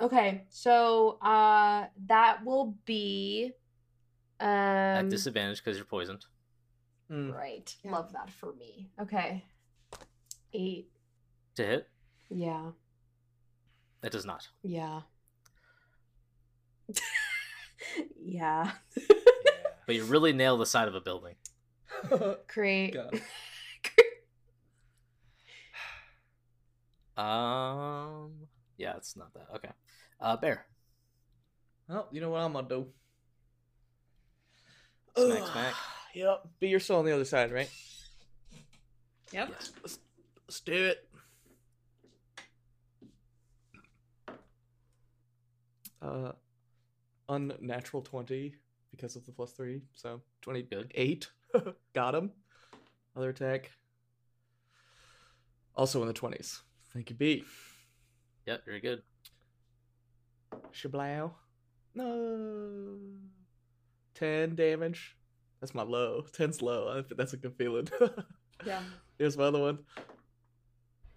E: okay. So uh, that will be um
A: at disadvantage because you're poisoned
B: Mm.
E: right.
D: Yeah.
E: Love that for me. Okay. eight.
A: To hit?
E: Yeah.
A: That does not.
E: Yeah. yeah.
A: But you really nail the side of a building.
E: Great.
B: God.
A: Um, yeah, it's not that. Okay. Uh, bear.
B: Well, Oh, you know what I'm gonna do?
A: Smack,
B: Ugh.
A: smack.
B: Yep. But you're still on the other side, right?
D: Yep.
A: Yes.
B: Let's, let's do it. Uh, unnatural twenty because of the plus three, so twenty-eight. Got him. Other attack. Also in the twenties. Thank you, B.
A: Yep, you're good.
B: Shablow. No. 10 damage. That's my low. 10's low. I think That's a good feeling.
D: Yeah.
B: Here's my other one.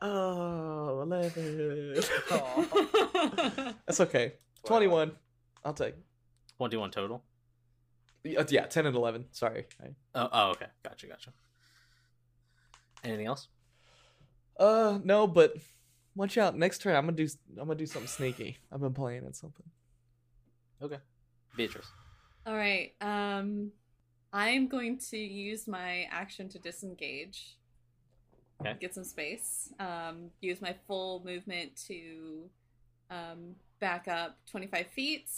B: Oh, 11.
A: Oh.
B: That's okay. 21. I'll take. it.
A: Twenty-one total.
B: Yeah, Yeah, 10 and 11. Sorry. I-
A: Oh, oh, okay. Gotcha, gotcha. Anything else?
B: Uh, no, but watch out. Next turn, I'm gonna do. I'm gonna do something sneaky. I've been playing at something.
A: Beatrice.
D: All right. Um, I'm going to use my action to disengage.
A: Okay.
D: Get some space. Um, use my full movement to um, back up 25 feet.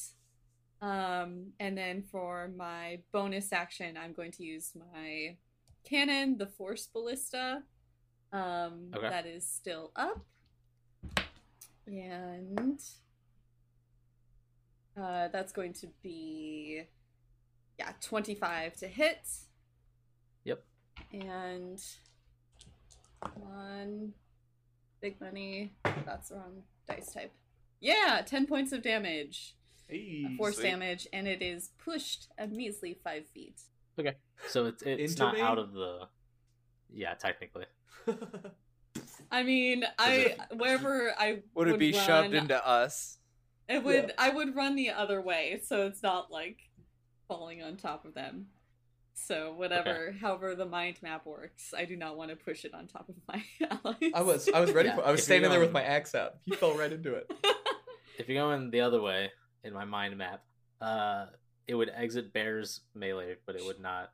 D: Um, and then for my bonus action, I'm going to use my cannon, the Force Ballista. Um,
A: Okay.
D: That is still up. And uh, that's going to be yeah, 25 to hit.
A: Yep.
D: And one big money. That's the wrong dice type. Yeah, 10 points of damage.
B: Hey.
D: Force
C: sweet.
D: damage, and it is pushed a measly five feet.
A: So it's it's
B: Into
A: not
B: me?
A: out of the. Yeah, technically.
D: I mean, I wherever I
C: Would it be
D: run,
C: shoved into us?
D: It would. I would run the other way, so it's not like falling on top of them. So whatever, however the mind map works, I do not want to push it on top of my allies.
B: I was. I was ready
A: Yeah,
B: for. I was
A: if you're
B: standing there with
A: going-
B: my axe out. He fell right into it.
A: If you're going the other way in my mind map, uh, it would exit Bear's melee, but it would not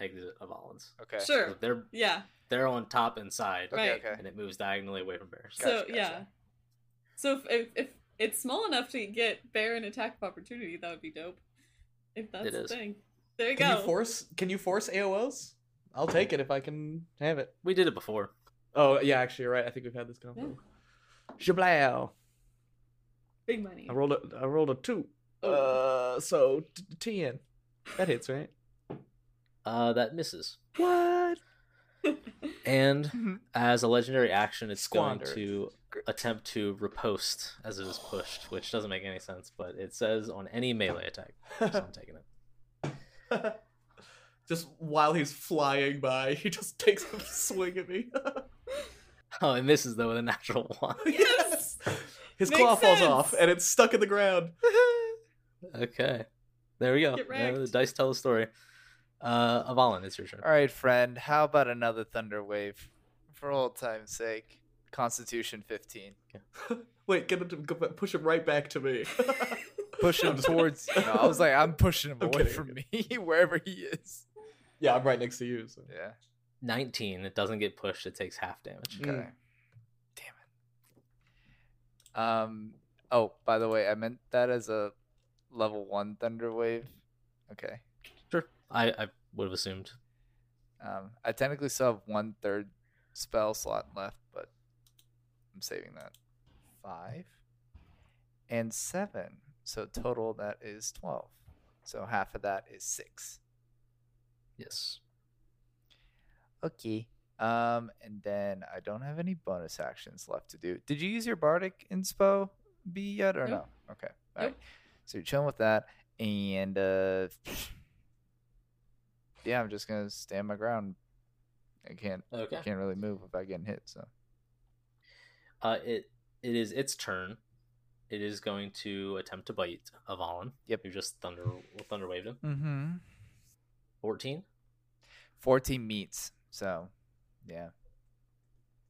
A: exit Avalon's.
C: Okay.
D: Sure.
A: They're
D: Yeah.
A: they're on top and side,
C: Okay.
D: Right.
C: Okay.
A: and it moves diagonally away from Bear's.
C: Gotcha,
D: so
C: gotcha.
D: yeah. So if, if if it's small enough to get bear an attack of opportunity, that would be dope. If that's
A: It
D: the
A: is.
D: thing. There you
B: Can
D: go.
B: you force? Can you force AOS? I'll take it if I can have it.
A: We did it before.
B: Oh yeah, actually, you're right. I think we've had this convo. Shablow.
D: Big money.
B: I rolled a. I rolled a two. Uh, so t- t- ten. That hits, right?
A: Uh, that misses.
B: What?
A: And as a legendary action, it's
B: Squander.
A: going to attempt to repost as it is pushed, which doesn't make any sense, but it says on any melee attack. So I'm taking it.
B: just while he's flying by, he just takes a swing at me.
A: Oh, it misses though with a natural one.
D: Yes!
B: His
D: Makes
B: claw falls off,
D: sense.
B: and it's stuck in the ground.
A: Okay. There we go.
D: Get
A: Now the
D: wrecked.
A: dice tell a story. Uh Avalon, it's your turn.
C: All right, friend. How about another thunder wave, for old time's sake? Constitution 15.
B: Wait, get him to go back- push him right back to me.
C: Push him towards. you know, I was like, I'm pushing him
B: I'm
C: away
B: kidding, I'm
C: from me, wherever he is.
B: yeah, I'm right next to you. So.
C: Yeah.
A: Nineteen. It doesn't get pushed, it takes half damage.
B: Mm.
C: Okay. Damn it. Um. Oh, by the way, I meant that as a level one thunder wave. Okay.
A: Sure. I, I would have assumed.
C: Um. I technically still have one third spell slot left, but I'm saving that. Five and seven. So total that is twelve. So half of that is six.
A: Yes.
C: Okay. Um, and then I don't have any bonus actions left to do. Did you use your bardic inspo B yet or
D: Nope.
C: no? Okay. All right. So you're chilling with that, and uh, yeah, I'm just gonna stand my ground. I can't.
A: Okay.
C: I can't really move without getting hit. So
A: Uh it it is its turn. It is going to attempt to bite Avalon.
C: Yep.
A: You just thunder thunder waved him.
C: mm-hmm.
A: Fourteen.
C: 14 meets. So yeah,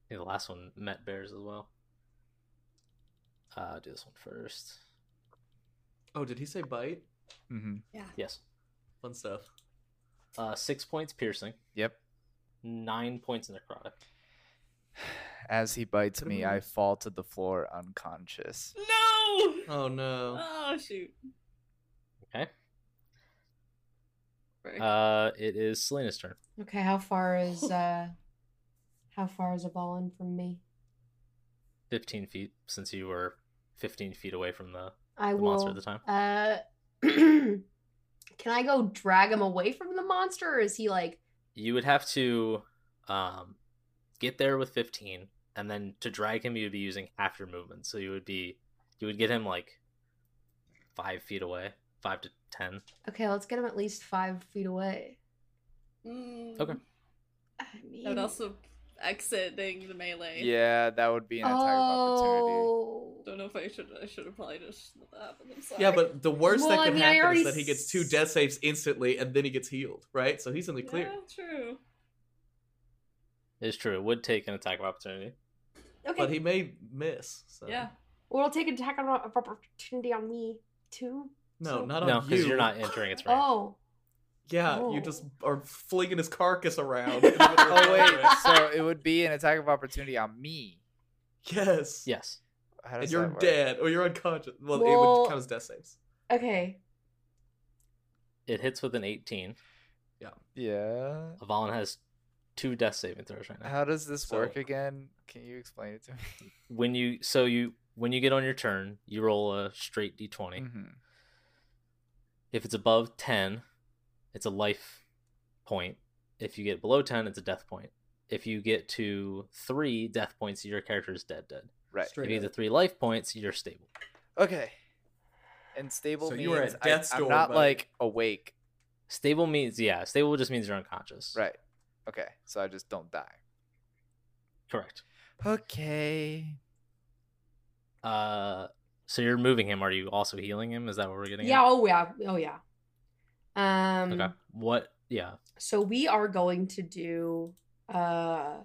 A: Yeah, the last one met bears as well. Uh, do this one first.
B: Oh, did he say bite?
C: Mm-hmm.
A: Yes.
B: Fun stuff.
A: Uh, six points piercing,
C: Yep.
A: nine points necrotic.
C: As he bites me, I fall to the floor unconscious.
D: No!
B: Oh no.
D: Oh shoot.
A: Okay.
D: Right.
A: Uh, it is Selena's turn.
E: Okay, how far is uh how far is a ball in from me?
A: Fifteen feet, since you were fifteen feet away from the,
E: I
A: the
E: will
A: monster at the time.
E: uh can I go drag him away from the monster or is he like
A: You would have to um, get there with fifteen, and then to drag him, you would be using half your movement. So you would be, you would get him like five feet away, five to ten.
E: okay, let's get him at least five feet away.
D: Mm,
A: Okay.
E: I mean
D: That would also exiting the melee.
C: Yeah, that would be an attack of opportunity.
E: oh.
D: Don't know if I should. I should have probably just let that happen. I'm sorry.
B: Yeah, but the worst
E: Well,
B: that
E: I
B: can
E: mean, I
B: happen
E: already
B: is that he gets two
E: s-
B: death saves instantly, and then he gets healed. Right, so he's in the clear.
D: Yeah, true.
A: It's true. It would take an attack of opportunity.
E: Okay.
B: But he may miss. So.
D: Yeah.
E: Well, I'll take an attack on of opportunity on me too.
B: No,
E: So-
B: not
A: No,
B: on
A: because
B: you.
A: you're not entering its range.
E: Oh.
B: Yeah,
E: Oh.
B: you just are flinging his carcass around.
C: oh wait, so it would be an attack of opportunity on me.
B: Yes.
A: Yes.
C: How
B: And
C: does
B: you're
C: that work?
B: dead, or you're unconscious. Well, it
E: Well-
B: would count as death saves.
E: Okay.
A: It hits with an 18.
C: Yeah.
A: Avalon has two death saving throws right now.
C: How does this work
B: So-
C: again? Can you explain it to me?
A: When you so you when you get on your turn, you roll a straight d20.
C: Mhm.
A: If it's above 10, it's a life point. If you get below 10, it's a death point. If you get to 3 death points, your character is dead dead.
C: Right.
A: If
B: Straight
A: you get
B: up.
A: to 3 life points, you're stable.
C: Okay. And stable
B: So
C: means
B: you were at death's
C: I, am
B: door,
C: not
B: buddy.
C: like awake.
A: Stable means yeah, stable just means you're unconscious.
C: Right. Okay. So I just don't die.
A: Correct.
C: Okay.
A: Uh so you're moving him. Are you also healing him? Is that what we're getting
E: Yeah,
A: at?
E: oh yeah. Oh yeah. Um
A: Okay. What yeah.
E: so we are going to do uh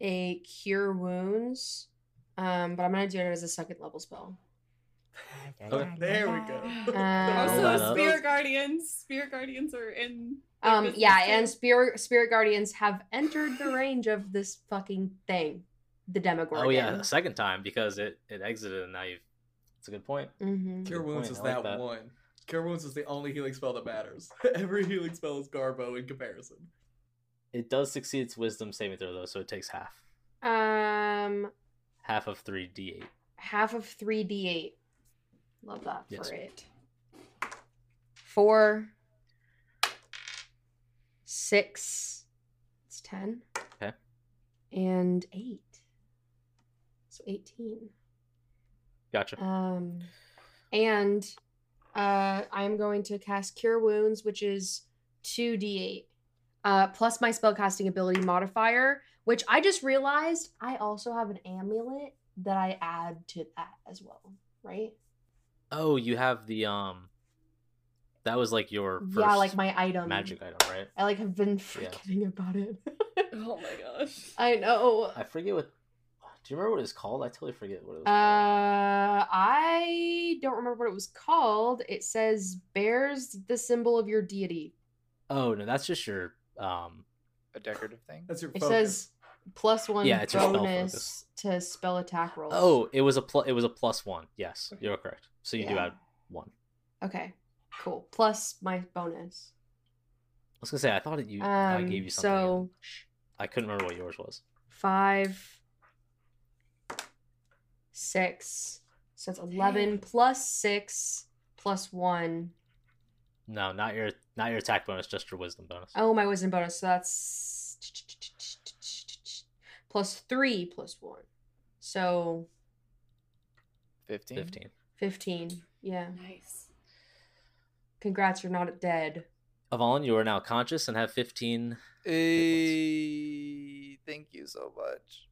E: a cure wounds. Um, but I'm gonna do it as a second level spell.
A: Okay.
B: Oh, There we go.
E: Um,
A: that
D: also,
A: up.
D: spear guardians. Spear guardians are in. their
E: Um,
D: business
E: yeah,
D: too.
E: and spirit spirit guardians have entered the range of this fucking thing, the Demogorgon.
A: Oh yeah, the second time because it it exited and now you've. It's a good point.
E: hmm
B: Cure
A: Good
B: wounds
A: point,
B: is
A: I like that.
B: that, one. Cure wounds is the only healing spell that matters. Every healing spell is Garbo in comparison.
A: It does succeed its wisdom saving throw though, so it takes half,
E: Mm-hmm. Um,
A: half of three d8.
E: half of three d eight. Love that
A: Yes.
E: for it. Four, six, it's ten.
A: Okay.
E: And eight, so eighteen.
A: Gotcha.
E: Um, and uh, I'm going to cast Cure Wounds, which is 2d8, uh, plus my spellcasting ability modifier, which I just realized I also have an amulet that I add to that as well, right?
A: Oh, you have the um. That was like your first
E: yeah, like my um, item.
A: magic item, right?
E: I like have been
A: Yeah.
E: forgetting about it.
D: Oh my gosh.
E: I know.
A: I forget what. Do you remember what it's called? I totally forget what it was. called.
E: Uh, I don't remember what it was called. It says bears the symbol of your deity.
A: Oh no, that's just your um.
C: A decorative thing.
B: That's your
E: It
B: focus.
E: says plus one
A: Yeah, it's your spell
E: bonus to spell attack rolls.
A: Oh, it was a pl- it was a plus one. Yes, you're correct. So you do
E: Yeah.
A: add one.
E: Okay. Cool. Plus my bonus.
A: I was gonna say I thought it you I
E: Um,
A: gave you something.
E: so-
A: and I couldn't remember what yours was.
E: Five. Six. So it's eleven plus six plus one.
A: No, not your not your attack bonus, just your wisdom bonus.
E: Oh, my wisdom bonus. So that's plus three plus one. So
C: Fifteen.
A: 15.
E: fifteen. Yeah.
D: Nice.
E: Congrats, you're not dead.
A: Avalon, you are now conscious and have 15.
C: Hey, Eh, thank you so much.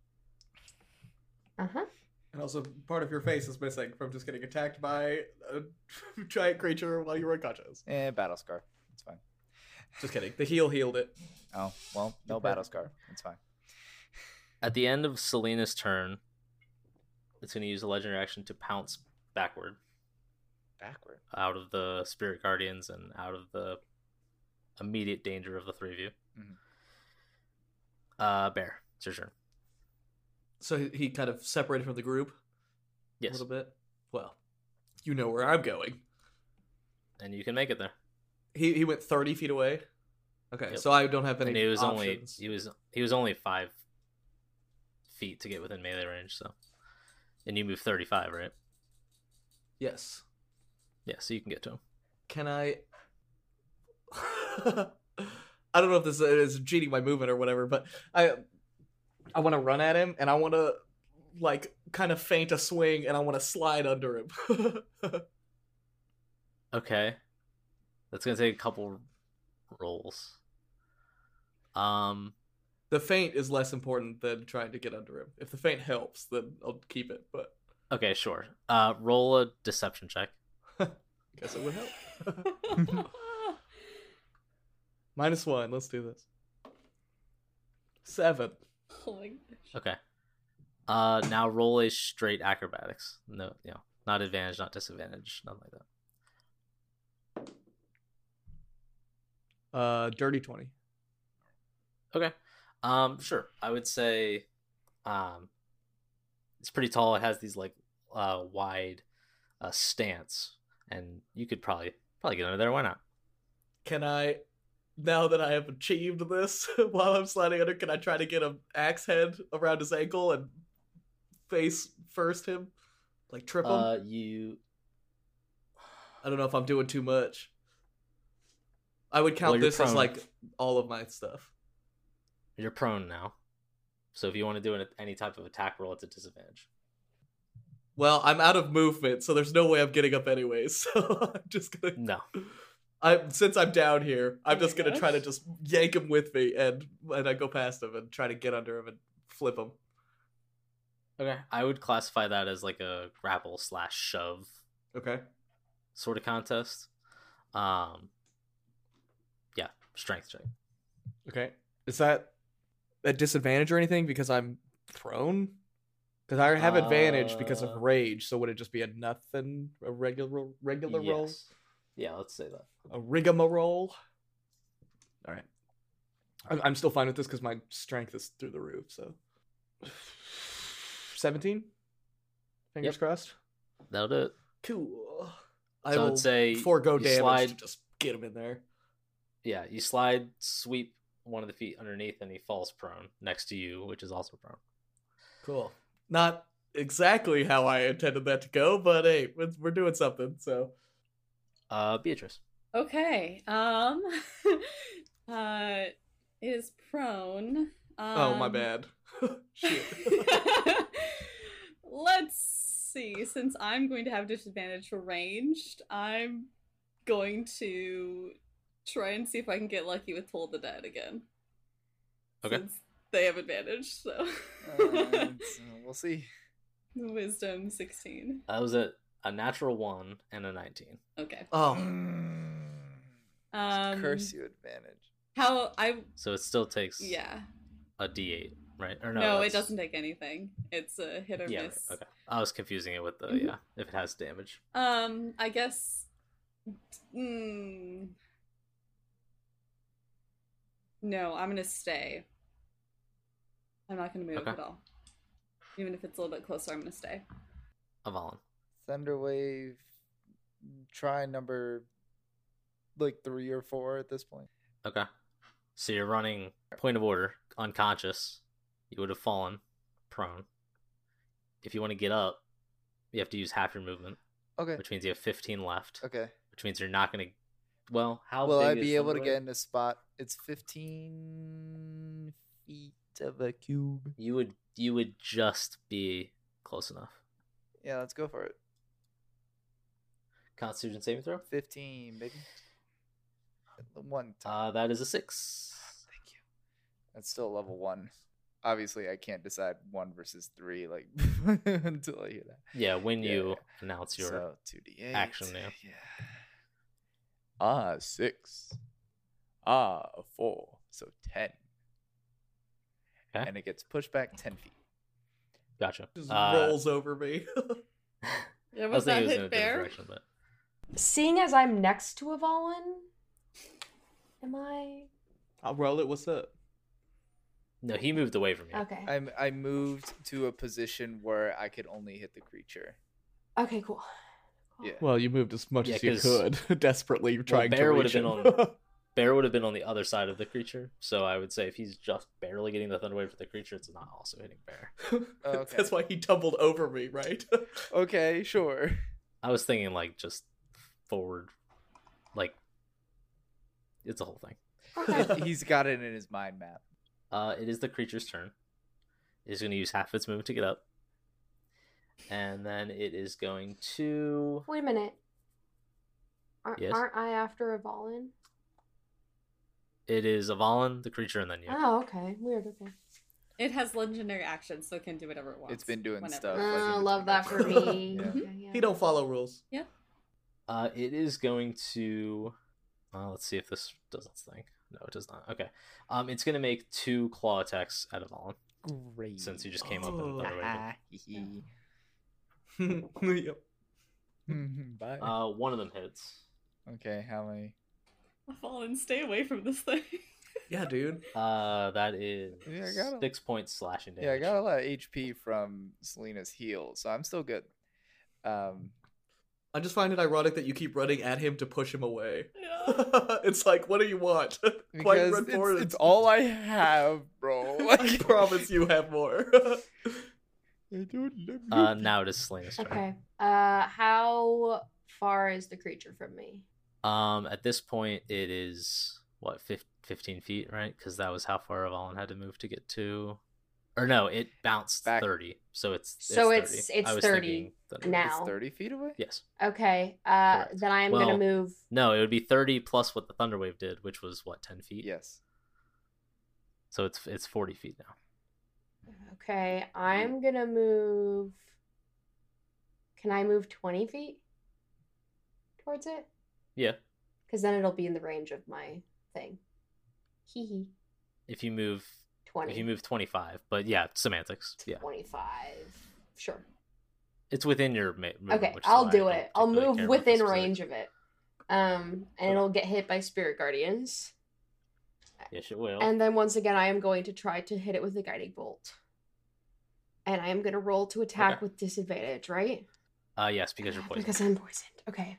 E: Uh huh.
B: And also, part of your face is missing from just getting attacked by a giant creature while you were unconscious.
C: Eh, battle scar. It's fine.
B: Just kidding. The heal healed it.
C: Oh well, no
B: You're
C: battle
B: perfect.
C: scar. It's fine.
A: At the end of Selena's turn, it's going to use a legendary action to pounce backward
C: Backward.
A: out of the spirit guardians and out of the immediate danger of the three of you.
C: Mhm.
A: Uh, Bear, it's your turn.
B: So he- he kind of separated from the group a
A: Yes,
B: little bit. Well, you know where I'm going.
A: and you can make it there.
B: He he went 30 feet away. Okay,
A: Yep.
B: so I don't have
A: And
B: any.
A: he was
B: options.
A: only he was he was only five feet to get within melee range. So, and you move thirty five, right?
B: Yes.
A: Yeah, so you can get to him.
B: Can I? I don't know if this is cheating my movement or whatever, but I I want to run at him and I want to like kind of feint a swing and I want to slide under him.
A: Okay, that's gonna take a couple rolls. Um,
B: the feint is less important than trying to get under him. If the feint helps, then I'll keep it. But
A: okay, sure. Uh, roll a deception check.
B: I guess it would help.
D: Oh
B: Minus one. Let's do this. Seven.
D: oh my gosh.
A: Okay. Uh, now roll a straight acrobatics. No, you know, not advantage, not disadvantage, nothing like that.
B: Uh, dirty twenty.
A: Um, sure. I would say, um, it's pretty tall. It has these like uh wide, uh stance, and you could probably probably get under there. Why not?
B: Can I, now that I have achieved this while I'm sliding under, can I try to get an axe head around his ankle and face first him, like trip him?
A: Uh, you.
B: I don't know if I'm doing too much. I would count
A: Well, you're
B: this as
A: prone.
B: like all of my stuff.
A: You're prone now, so if you want to do an, any type of attack roll, it's a disadvantage.
B: Well, I'm out of movement, so there's no way I'm getting up anyways. So I'm just gonna.
A: No.
B: I since I'm down here, I'm
D: Oh my
B: just gonna try to
D: gosh.
B: just yank him with me, and and I go past him and try to get under him and flip him.
A: Okay. I would classify that as like a grapple slash shove
B: Okay.
A: sort of contest. Um. Yeah, strength check.
B: Okay. Is that a disadvantage or anything because I'm thrown? Because I have advantage because
A: Uh,
B: of rage, so would it just be a nothing, a regular regular roll,
A: Yes. Yeah, let's say that.
B: a rigmarole? All right. I'm, I'm still fine with this because my strength is through the roof. So, seventeen. Fingers
A: Yep.
B: crossed.
A: That'll do it.
B: Cool. I
A: So I'd
B: will
A: say
B: forego
A: you
B: damage to
A: slide-
B: just get him in there.
A: Yeah, you slide, sweep one of the feet underneath, and he falls prone next to you, which is also prone.
B: Cool. Not exactly how I intended that to go, but hey, it's- we're doing something. So
A: Uh, Beatrice.
D: Okay. Um. uh, it is prone. Um,
B: oh my bad. Shit.
D: Let's see. Since I'm going to have disadvantage for ranged, I'm going to try and see if I can get lucky with Toll the Dead again.
A: Okay.
D: Since they have advantage, so.
C: Uh, it's, uh, we'll see.
D: Wisdom 16.
A: That was a, a natural one and a 19.
D: Okay.
B: oh,
C: Mm.
D: Um,
C: Curse you advantage.
D: How I.
A: So it still takes
D: Yeah.
A: a d8, right? Or
D: No,
A: no?
D: it
A: that's-
D: doesn't take anything. It's a hit or
A: Yeah, right,
D: miss.
A: okay. I was confusing it with the,
D: Mhm.
A: yeah, if it has damage.
D: Um, I guess. Mm, no, I'm gonna stay. I'm not gonna move
A: Okay.
D: at all. Even if it's a little bit closer, I'm gonna stay.
A: Avalon.
C: Thunderwave try number like three or four at this point.
A: Okay. So you're running point of order, unconscious. You would have fallen prone. If you want to get up, you have to use half your movement,
C: Okay.
A: which means you have 15 left.
C: Okay.
A: which means you're not going to. Well, how
C: Will
A: big
C: I
A: is
C: be able to
A: Thunderwave?
C: get in a spot? It's fifteen feet of a cube.
A: You would you would just be close enough.
C: Yeah, let's go for it.
A: Constitution saving throw.
C: Fifteen, baby. The One time.
A: Uh, that is a six.
C: Thank you. That's still level one. Obviously, I can't decide one versus three like until I hear that.
A: Yeah, when
C: Yeah,
A: you
C: yeah.
A: announce your
C: so two D eight
A: action now.
C: Yeah. Ah six. Ah four. So ten.
A: Okay.
C: and it gets pushed back ten feet.
A: Gotcha.
B: Just
A: Uh,
B: rolls over me.
D: Yeah,
A: I was thinking it
D: was that
A: was in a
D: hit
A: different
D: fair?
A: direction, but
E: Seeing as I'm next to Avalon, am I
B: I'll roll Uh, it. What's up?
A: no, he moved away from you.
E: okay?
C: I I moved to a position where I could only hit the creature.
E: Okay, cool. Cool.
C: Yeah.
B: Well, you moved as much
A: Yeah,
B: as you
A: 'cause-
B: could, desperately trying
A: Bear
B: to
A: would've
B: reach
A: been
B: him.
A: Bear would have been on the other side of the creature, so I would say if he's just barely getting the thunder wave for the creature, it's not also hitting Bear.
B: Oh,
C: okay.
B: That's why he tumbled over me, right?
C: Okay, sure.
A: I was thinking like just forward, like it's a whole thing.
E: Okay.
C: He's got it in his mind map.
A: Uh, it is the creature's turn. It's going to use half its movement to get up, and then it is going to.
E: Wait a minute. Aren't,
A: Yes?
E: aren't I after Avalon?
A: It is Avalon, the creature, and then you.
E: Oh, okay. Weird. Okay.
D: It has legendary action, so it can do whatever it wants.
C: It's been doing
D: whenever.
E: I
C: stuff. like, in between
E: Ah, love that for
C: episodes.
E: me.
C: Yeah.
E: Okay, yeah.
B: he don't follow rules.
A: Uh, it is going to. Uh, let's see if this does its thing. No, it does not. Okay. Um, it's going to make two claw attacks at Avalon
C: Great.
A: since you just came up and
B: Oh.
A: thunderwaved him.
B: yep.
C: Mm-hmm. Bye.
A: Uh, one of them hits.
C: okay, how many?
D: Fallen, stay away from this thing.
B: Yeah, dude.
A: Uh, that is
C: Yeah, I got 'em.
A: six points slashing damage.
C: Yeah, I got a lot of HP from Selena's heal, so I'm still good. Um,
B: I just find it ironic that you keep running at him to push him away.
D: Yeah.
B: it's like, what do you want? Quite
C: because
B: run forward.
C: it's, it's all I have, bro.
B: I promise you have more.
C: I don't love
A: Uh,
C: you.
A: now it is Selena's turn.
E: Okay. Uh, how far is the creature from me?
A: Um, at this point, it is what fif- fifteen feet, right? Because that was how far Avalon had to move to get to, or no, it bounced
C: Back.
A: thirty, so it's,
E: So it's- it's
A: I was
E: 30
A: thinking that-
E: Now.
C: It's 30 feet away?
A: Yes.
E: Okay. Uh,
A: Correct.
E: then I am gonna
A: Well-
E: move.
A: No, it would be thirty plus what the thunderwave did, which was what ten feet.
C: Yes.
A: So it's it's forty feet now.
E: Okay, I'm gonna move. Can I move twenty feet towards it?
A: Yeah.
E: Because then it'll be in the range of my thing. Hee hee.
A: If you move, if you
E: Twenty.
A: move twenty five, but yeah, semantics. Yeah,
E: Twenty-five. Sure.
A: it's within your ma- movement,
E: Okay,
A: which is
E: I'll
A: why I
E: do
A: don't
E: it. I'll
A: particularly care
E: move
A: about the
E: within
A: specific-
E: range of it. Um, and it'll get hit by spirit guardians.
A: Yes, it will.
E: And then once again, I am going to try to hit it with the guiding bolt. And I am gonna roll to attack
A: Okay.
E: with disadvantage, right?
A: uh, yes, because you're
E: Ah,
A: poisoned.
E: Because I'm poisoned. Okay.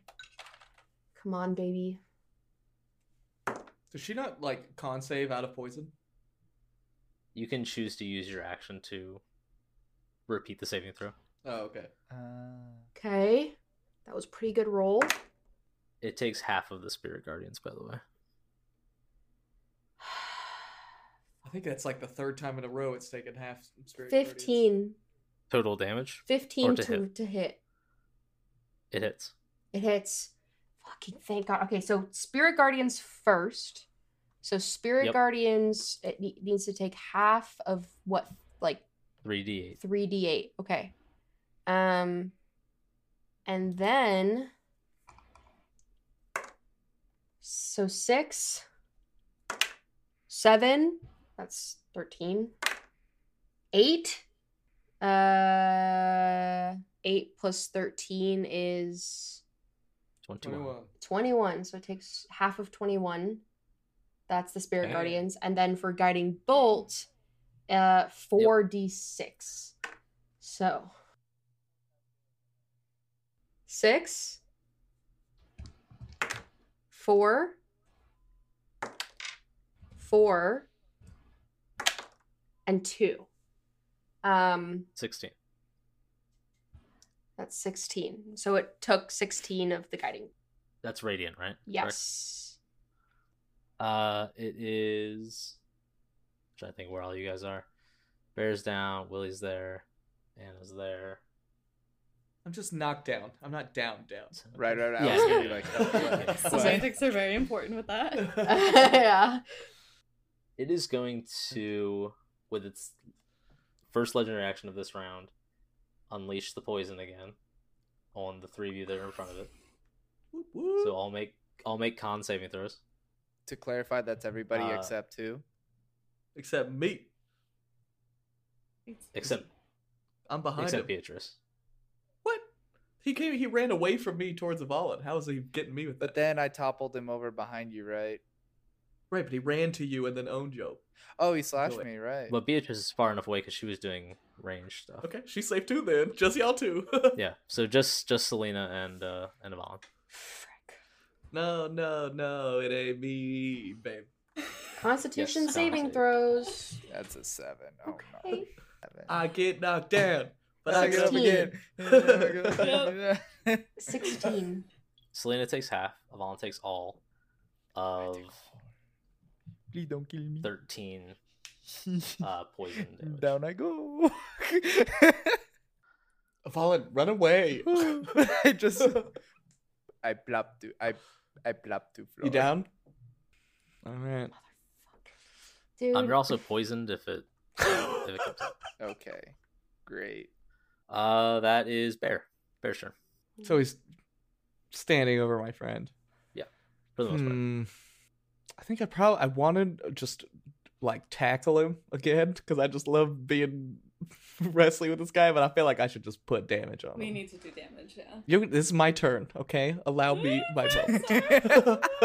E: Come on, baby.
B: Does she not like con save out of poison?
A: You can choose to use your action to repeat the saving throw.
B: Oh, okay.
C: Uh,
E: Okay. That was pretty good roll.
A: It takes half of the spirit guardians, by the way.
B: I think that's like the third time in a row it's taken half spirit. guardians.
E: 15.
A: Total damage.
E: 15
A: to
E: to, to, hit.
A: hit. It hits.
E: It hits. Fucking thank God. Okay, so Spirit Guardians first. So Spirit
A: Yep.
E: Guardians it ne- needs to take half of what like
A: Three d eight.
E: 3d8. Okay. Um and then so 6 7 that's 13 8 uh 8 plus 13 is
A: Twenty one.
B: 21.
E: 21 so it takes half of 21 that's the spirit
B: Dang.
E: guardians and then for guiding bolt uh 4d6 so 6 4 4 and 2 um
A: Sixteen.
E: that's 16 so it took 16 of the guiding
A: That's radiant, right? Correct?
E: yes
A: Uh, it is. Trying to think where all you guys are. Bear's down. Willie's there. Anna's there.
B: I'm just knocked down. I'm not down,
C: right, right, right. I
A: Yeah,
C: was
A: yeah,
C: gonna be
A: yeah.
C: like,
A: Yeah.
C: what?
D: Semantics are very important with that.
B: down.
E: yeah.
A: It is going to, with its first legendary action of this round, unleash the poison again on the three of you that are in front of it.
B: Whoop, whoop.
A: So I'll make I'll make con saving throws.
C: to clarify, that's everybody
A: Uh,
C: except two.
B: Except me.
D: It's-
A: Except
B: I'm behind
A: except
B: him.
A: Beatrice.
B: What? He came. He ran away from me towards Avalon. How is he getting me with that?
C: But then I toppled him over behind you, right?
B: right, but he ran to you and then owned you.
C: Oh, he slashed
B: Really?
C: me, right?
A: But Beatrice is far enough away because she was doing range stuff.
B: Okay, she's safe too then. Just y'all too.
A: Yeah. So just just Selena and uh and Avalon.
E: Frick.
B: No, no, no, it ain't me, babe.
E: Constitution
A: Yes,
E: saving
A: save.
E: throws.
C: That's a seven. Oh no.
E: Okay.
C: Seven.
B: I get knocked down, Uh, but I
C: I
B: get
C: get
B: up
C: up
B: again.
C: again.
E: Sixteen.
A: Selena takes half. Avalon takes all of
C: Please don't kill me.
A: thirteen uh poison damage.
C: Down I go.
B: Fallen, run away.
C: I just I plop to I I plop to floor.
B: You down? All right.
E: Dude.
A: Um, you're also poisoned if it if it comes up.
C: Okay. Great.
A: Uh, that is bear. Bear's turn
B: So he's standing over my friend.
A: for the most part.
B: Hmm. I think I probably I wanted to just like tackle him again because I just love being wrestling with this guy, but I feel like I should just put damage on
D: We
B: him.
D: need to do damage, yeah.
B: you, this is my turn, okay? Allow me my moment.
E: okay.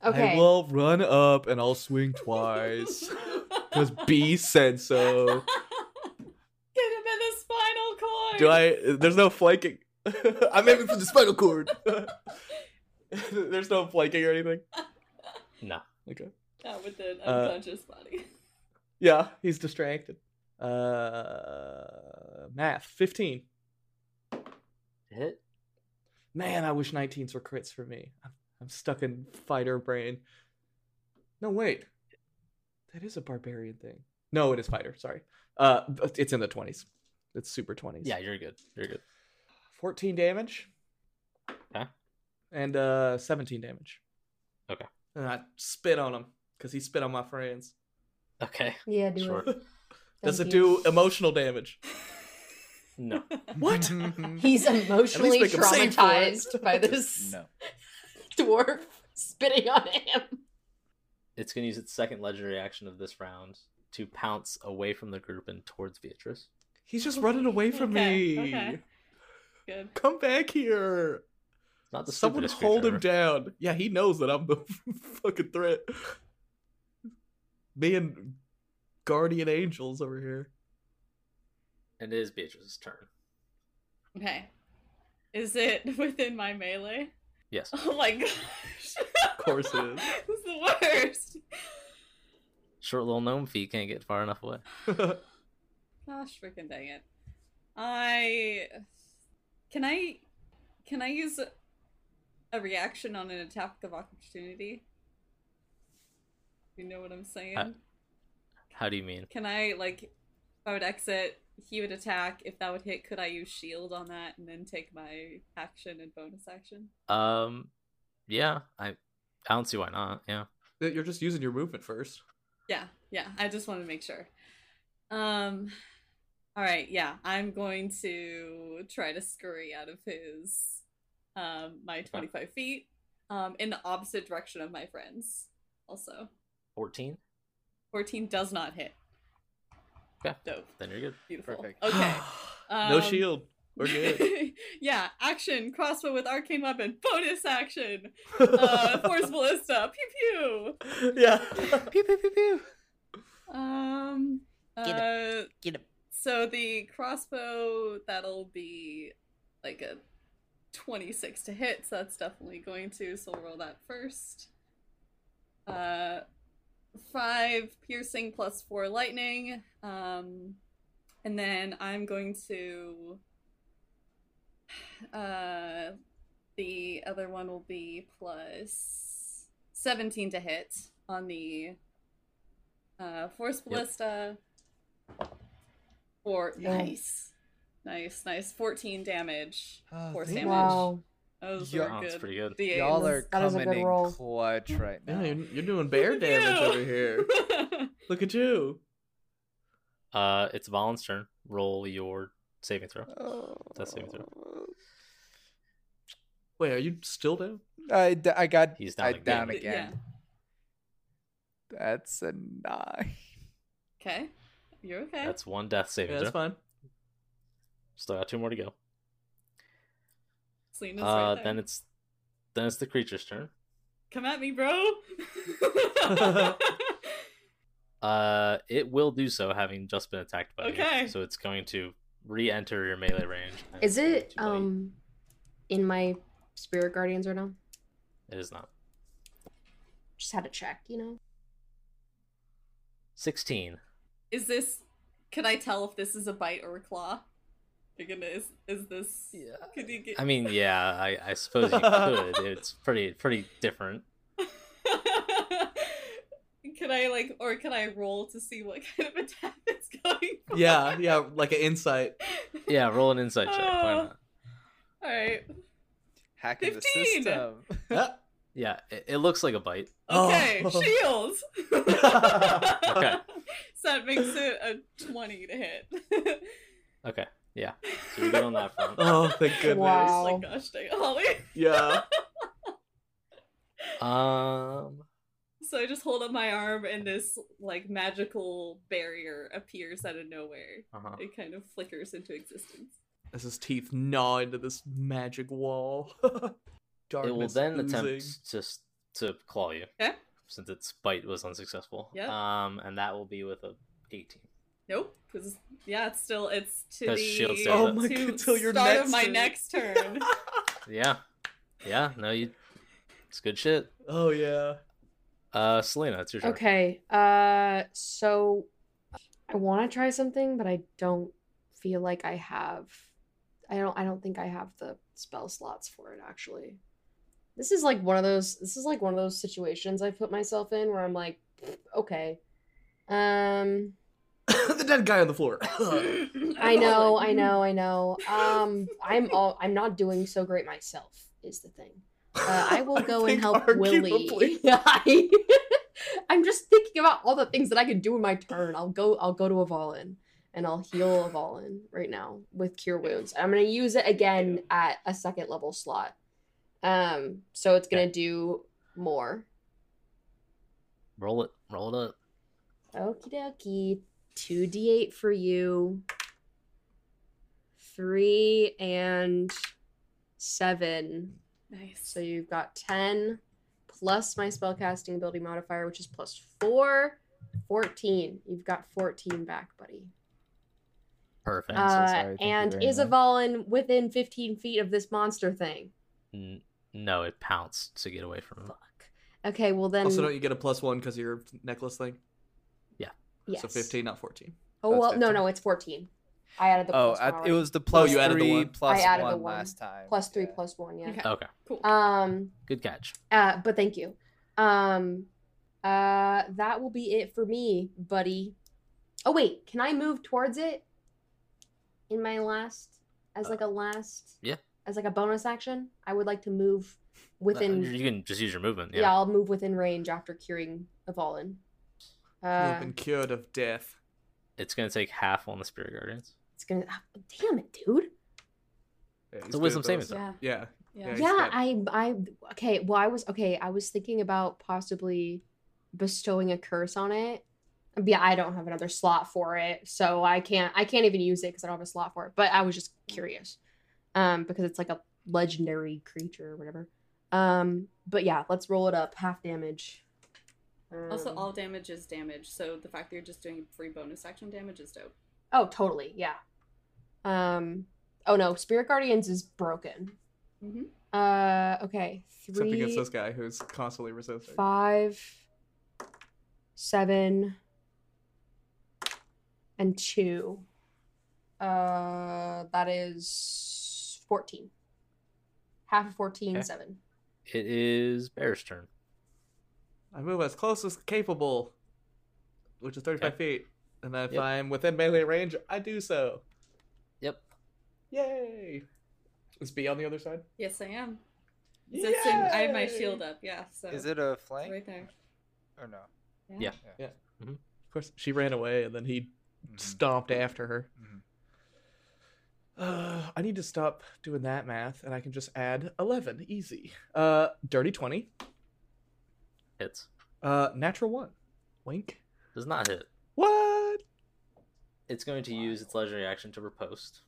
B: I will run up and I'll swing twice. Because B said so.
D: Get him in the spinal cord.
B: Do I? There's no flanking. I'm aiming for the spinal cord. there's no flanking or anything.
A: No.
B: Okay.
D: Not with the
B: Uh,
D: unconscious body.
B: Yeah, he's distracted. Uh, math 15.
A: Hit.
B: Man, I wish 19s were crits for me. I'm, I'm stuck in fighter brain. No, wait. That is a barbarian thing. No, it is fighter. Sorry. Uh, but it's in the 20s. It's super 20s.
A: Yeah, you're good. You're good.
B: 14 damage.
A: Okay.
B: And uh 17 damage.
A: Okay.
B: And I spit on him because he spit on my friends.
A: Okay.
E: yeah, do
A: Sure.
E: it. Thank
B: Does it
E: you.
B: do emotional damage?
A: No.
B: What?
E: He's emotionally
B: make him save for it.
E: traumatized by this
C: No.
E: dwarf spitting on him.
A: It's gonna use its second legendary action of this round to pounce away from the group and towards Beatrice.
B: He's just running away from
D: Okay,
B: me.
D: okay. Good.
B: Come back here.
A: It's Not the
B: Someone
A: stupidest
B: hold
A: creature
B: him down. Yeah, he knows that I'm the fucking threat. Me and guardian angels over here.
A: ever. And it is Beatrice's turn.
D: Okay. Is it within my melee?
A: Yes.
D: Oh my gosh. Of
B: course it is.
D: this is the worst.
A: Short little gnome feet can't get far enough away.
D: Gosh freaking dang it. I can I can I use a- a reaction on an attack of opportunity? You know what I'm saying?
A: Uh, How do you mean?
D: Can I like if I would exit, he would attack. If that would hit, could I use shield on that and then take my action and bonus action?
A: Um, yeah. I, I don't see why not. Yeah.
B: You're just using your movement first.
D: Yeah, yeah. I just want to make sure. Um all right, yeah. I'm going to try to scurry out of his um my 25 feet um in the opposite direction of my friends. Also,
A: Fourteen.
D: 14 does not hit.
A: Okay.
D: Dope.
A: Then you're good.
D: Beautiful.
C: Perfect.
D: Okay.
B: no
D: um,
B: shield. We're good.
D: yeah, action, crossbow with arcane weapon, bonus action, uh, force ballista, pew
B: yeah.
C: Pew pew pew pew.
D: pew. Um, uh,
F: Get Get him.
D: so the crossbow that'll be like a twenty-six to hit, so that's definitely going to. So we'll roll that first. Uh, five piercing plus four lightning, um, and then I'm going to. Uh, the other one will be plus 17 to hit on the uh, Force Ballista. Or
E: Yeah.
D: nice. Nice, nice. 14 damage.
C: Oh,
D: Force
C: thank
D: damage.
C: you.
E: Wow.
D: Those
C: Yeah.
D: were
A: Oh,
D: good.
A: that's pretty good.
D: D8s.
C: Y'all are
E: That is a
C: coming
E: good
C: in
E: roll.
C: clutch right now.
B: Yeah, you're, you're doing bear
D: Look at
B: damage
D: you.
B: over here. Look at you.
A: Uh, it's Valen's turn. Roll your saving throw.
C: Oh.
A: That's saving throw.
B: Wait, are you still down?
C: I, d- I got
A: He's down
C: I
A: again.
C: down
D: Yeah.
C: again. That's a nine.
D: okay. You're okay.
A: That's one death saving
B: Yeah, that's
A: throw.
B: fine.
A: Still got two more to go.
D: Selena's right
A: Uh,
D: there.
A: then it's then it's the creature's turn.
D: Come at me, bro.
A: Uh, it will do so, having just been attacked by
D: Okay.
A: you. So it's going to re-enter your melee range. and
E: Is it
A: it's going to bite.
E: um in my spirit guardians right now?
A: It is not.
E: Just had to check, you know.
A: Sixteen.
D: is this? Can I tell if this is a bite or a claw? You're gonna is, is this?
A: Yeah.
D: Could you get?
A: I mean, yeah, I, I suppose you could. It's pretty pretty different.
D: can I like, or can I roll to see what kind of attack it's going? For?
B: Yeah, yeah, like an insight.
A: Yeah, roll an insight check. Why
D: Oh.
A: not?
D: All right.
C: Hacking
D: 15.
C: the system.
B: Ah.
A: Yeah, it, it looks like a bite.
D: Okay.
B: Oh.
D: Shields.
B: Okay.
D: So that makes it a twenty to hit.
A: Okay, yeah. So you're good on that front.
B: Oh, thank goodness.
E: Wow.
D: Oh my gosh, dang Holly.
B: Yeah.
A: Um,
D: So I just hold up my arm, and this like magical barrier appears out of nowhere.
A: uh-huh.
D: It kind of flickers into existence.
B: As his teeth gnaw into this magic wall.
A: it
B: Darkness
A: will then
B: oozing.
A: attempt just to claw you.
D: Okay.
A: Since its bite was unsuccessful.
D: Yep.
A: Um, and that will be with a 18.
D: Nope, because yeah, it's still it's to the
A: 'Cause shield stays
B: Oh
A: up.
B: my
D: to
B: god, till your
D: start
B: next
D: of my
B: turn.
D: next turn.
A: Yeah. Yeah. No, you. It's good shit.
B: Oh yeah.
A: Uh, Selena, it's your turn.
E: Okay. Uh so I want to try something but I don't feel like I have I don't I don't think I have the spell slots for it actually. This is like one of those this is like one of those situations I put myself in where I'm like okay. Um
B: the dead guy on the floor.
E: Uh, I know, Mm-hmm. I know, I know. Um I'm all I'm not doing so great myself is the thing. Uh, I will go
B: think
E: and help Willie.
B: arguably-
E: I, am just thinking about all the things that I can do in my turn. I'll go. I'll go to Avalon and I'll heal Avalon right now with Cure Wounds. I'm gonna use it again at a second level slot. Um, so it's gonna do more.
A: Roll it. Roll it up.
E: Okie dokie. Two d8 for you. Three and seven
D: Nice.
E: so you've got 10 plus my spellcasting ability modifier, which is plus 4, 14. You've got 14 back, buddy.
A: Perfect.
E: Uh,
F: sorry, thank you
E: and
F: very
E: is
F: much.
E: Avalon within 15 feet of this monster thing?
A: N- no, it pounced to get away
F: Oh.
A: from him.
E: Fuck. Okay, well then.
B: also, don't you get a plus one because of your necklace thing?
E: yes.
B: So fifteen, not fourteen.
E: Oh,
C: That's
E: well, no,
C: 15.
E: no, it's 14. I added the
C: Oh,
E: plus
C: I,
E: one
C: it
E: already.
C: was the plus
B: you added the
C: three
B: one.
C: plus
E: I added the
C: one,
E: one.
C: last time.
E: Plus 3
C: Yeah.
E: plus 1, yeah.
D: Okay.
A: Okay.
D: Cool.
E: Um,
A: Good catch.
E: uh, but thank you. Um, uh, that will be it for me, buddy. Oh wait, can I move towards it in my last as like a last
A: Uh, yeah.
E: as like a bonus action? I would like to move
A: Uh,
E: within.
A: you can just use your movement.
E: yeah.
A: Yeah.
E: I'll move within range after curing Avalon.
B: You've
E: Uh,
B: been cured of death.
A: It's gonna take half on the spirit guardians.
E: it's gonna. ah, Damn it, dude.
B: Yeah, he's
A: It's a
B: good at
A: wisdom saving
B: those.
A: throw.
B: Yeah.
D: Yeah.
B: he's dead.
E: yeah, I, I. Okay, well, I was okay. I was thinking about possibly bestowing a curse on it. But Yeah, I don't have another slot for it, so I can't. I can't even use it because I don't have a slot for it. But I was just curious, um, because it's like a legendary creature or whatever. Um, but yeah, let's roll it up. Half damage.
D: Also,
E: Um,
D: all damage is damage, so the fact that you're just doing free bonus action damage is dope.
E: Oh, totally. Yeah. Um. Oh no, Spirit Guardians is broken.
D: Mhm.
E: Uh. Okay. Three.
B: Except against this guy who's constantly resisting.
E: five, seven, and two. Uh, that is fourteen. Half of fourteen,
A: Okay.
E: seven.
A: It is Bear's turn.
B: I move as close as capable, which is thirty-five feet, and then if
A: Yep.
B: I'm within melee range, I do so.
A: Yep.
B: Yay! Is B on the other side?
D: Yes, I am. So it's in- I have my shield up. Yeah. So
C: Is it a
D: it's
C: flank
D: right there?
C: or no?
A: Yeah.
B: Of course, she ran away, and then he
C: Mhm.
B: stomped after her.
C: Mhm.
B: Uh, I need to stop doing that math, and I can just add eleven, easy. Uh, dirty twenty,
A: Hits.
B: uh, natural one, wink.
A: Does not hit.
B: What?
A: It's going to use its legendary action to repost.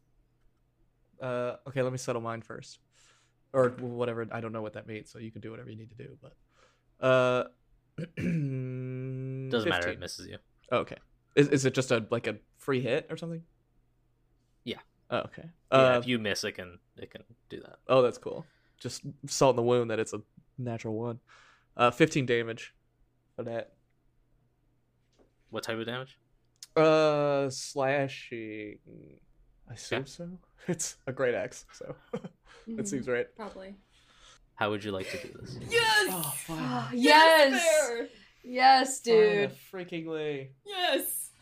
B: Uh, okay, let me settle mine first, or whatever. I don't know what that means, so you can do whatever you need to do. But uh, doesn't
A: Doesn't matter. It misses you.
B: Oh, okay, is, is it just a like a free hit or something?
A: Yeah.
B: Oh, okay.
A: yeah,
B: Uh,
A: if you miss, it can it can do that.
B: oh, that's cool. Just salt in the wound that it's a natural one. Uh, fifteen damage for that.
A: What type of damage?
B: Uh, slashing. I assume so. It's a great axe, so that seems right.
D: Mm-hmm. Probably.
A: How would you like to do this?
D: Yes!
B: Oh,
E: Ah,
B: fine.
E: yes,
D: Bear!
E: yes, dude.
B: Freakingly.
D: Yes!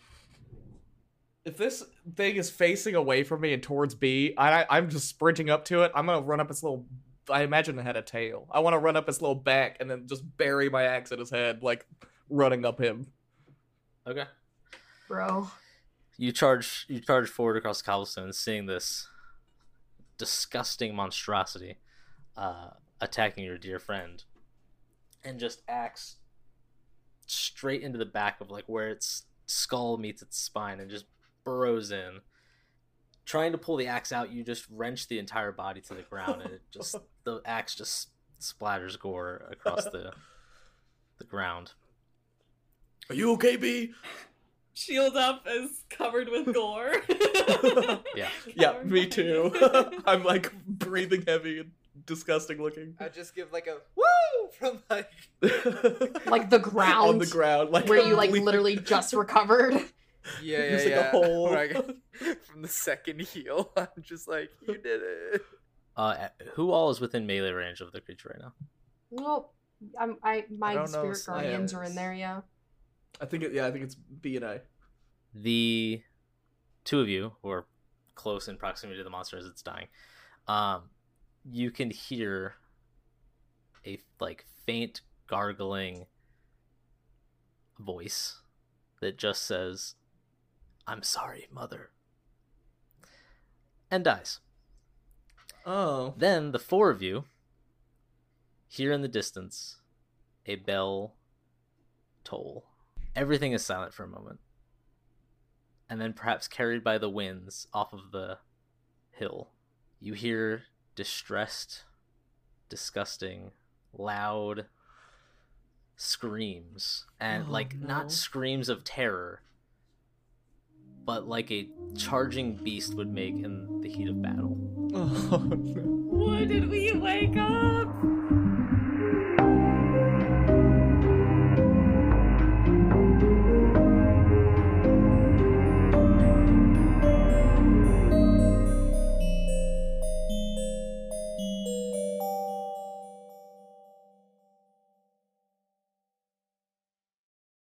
B: If this thing is facing away from me and towards B, I, I, I'm just sprinting up to it. I'm gonna run up its little. I imagine it had a tail. I want to run up its little back and then just bury my axe in his head, like running up him.
A: Okay.
E: Bro,
A: You charge you charge forward across the cobblestones, seeing this disgusting monstrosity uh, attacking your dear friend, and just axe straight into the back of like where its skull meets its spine, and just burrows in. Trying to pull the axe out, you just wrench the entire body to the ground, and it just the axe just splatters gore across the the ground.
B: Are you okay, B?
D: Shield up is covered with gore.
A: Yeah.
B: Yeah,
D: Covered
B: me
D: by-
B: too. I'm like breathing heavy and disgusting looking.
C: I just give like a woo from like
E: like the ground,
B: on the ground, like
E: where you like
B: completely-
E: literally just recovered.
C: yeah yeah
B: There's, like, a
C: yeah. Oh
B: hole.
C: Where I got- from the second heel, I'm just like you did it.
A: Uh, who all is within melee range of the creature right now?
E: Nope. I'm, I my
C: I don't know,
E: spirit guardians are in
C: science.
E: there. Yeah.
B: I think it, yeah, I think it's B and I.
A: the two of you who are close in proximity to the monster as it's dying um you can hear a like faint gargling voice that just says i'm sorry mother and dies
B: Oh,
A: then the four of you hear in the distance a bell toll. Everything is silent for a moment. And then, perhaps carried by the winds off of the hill, you hear distressed, disgusting, loud screams. And,
B: Oh,
A: like,
B: no.
A: not screams of terror, but like a charging beast would make in the heat of battle.
B: oh no.
D: Why did we wake up?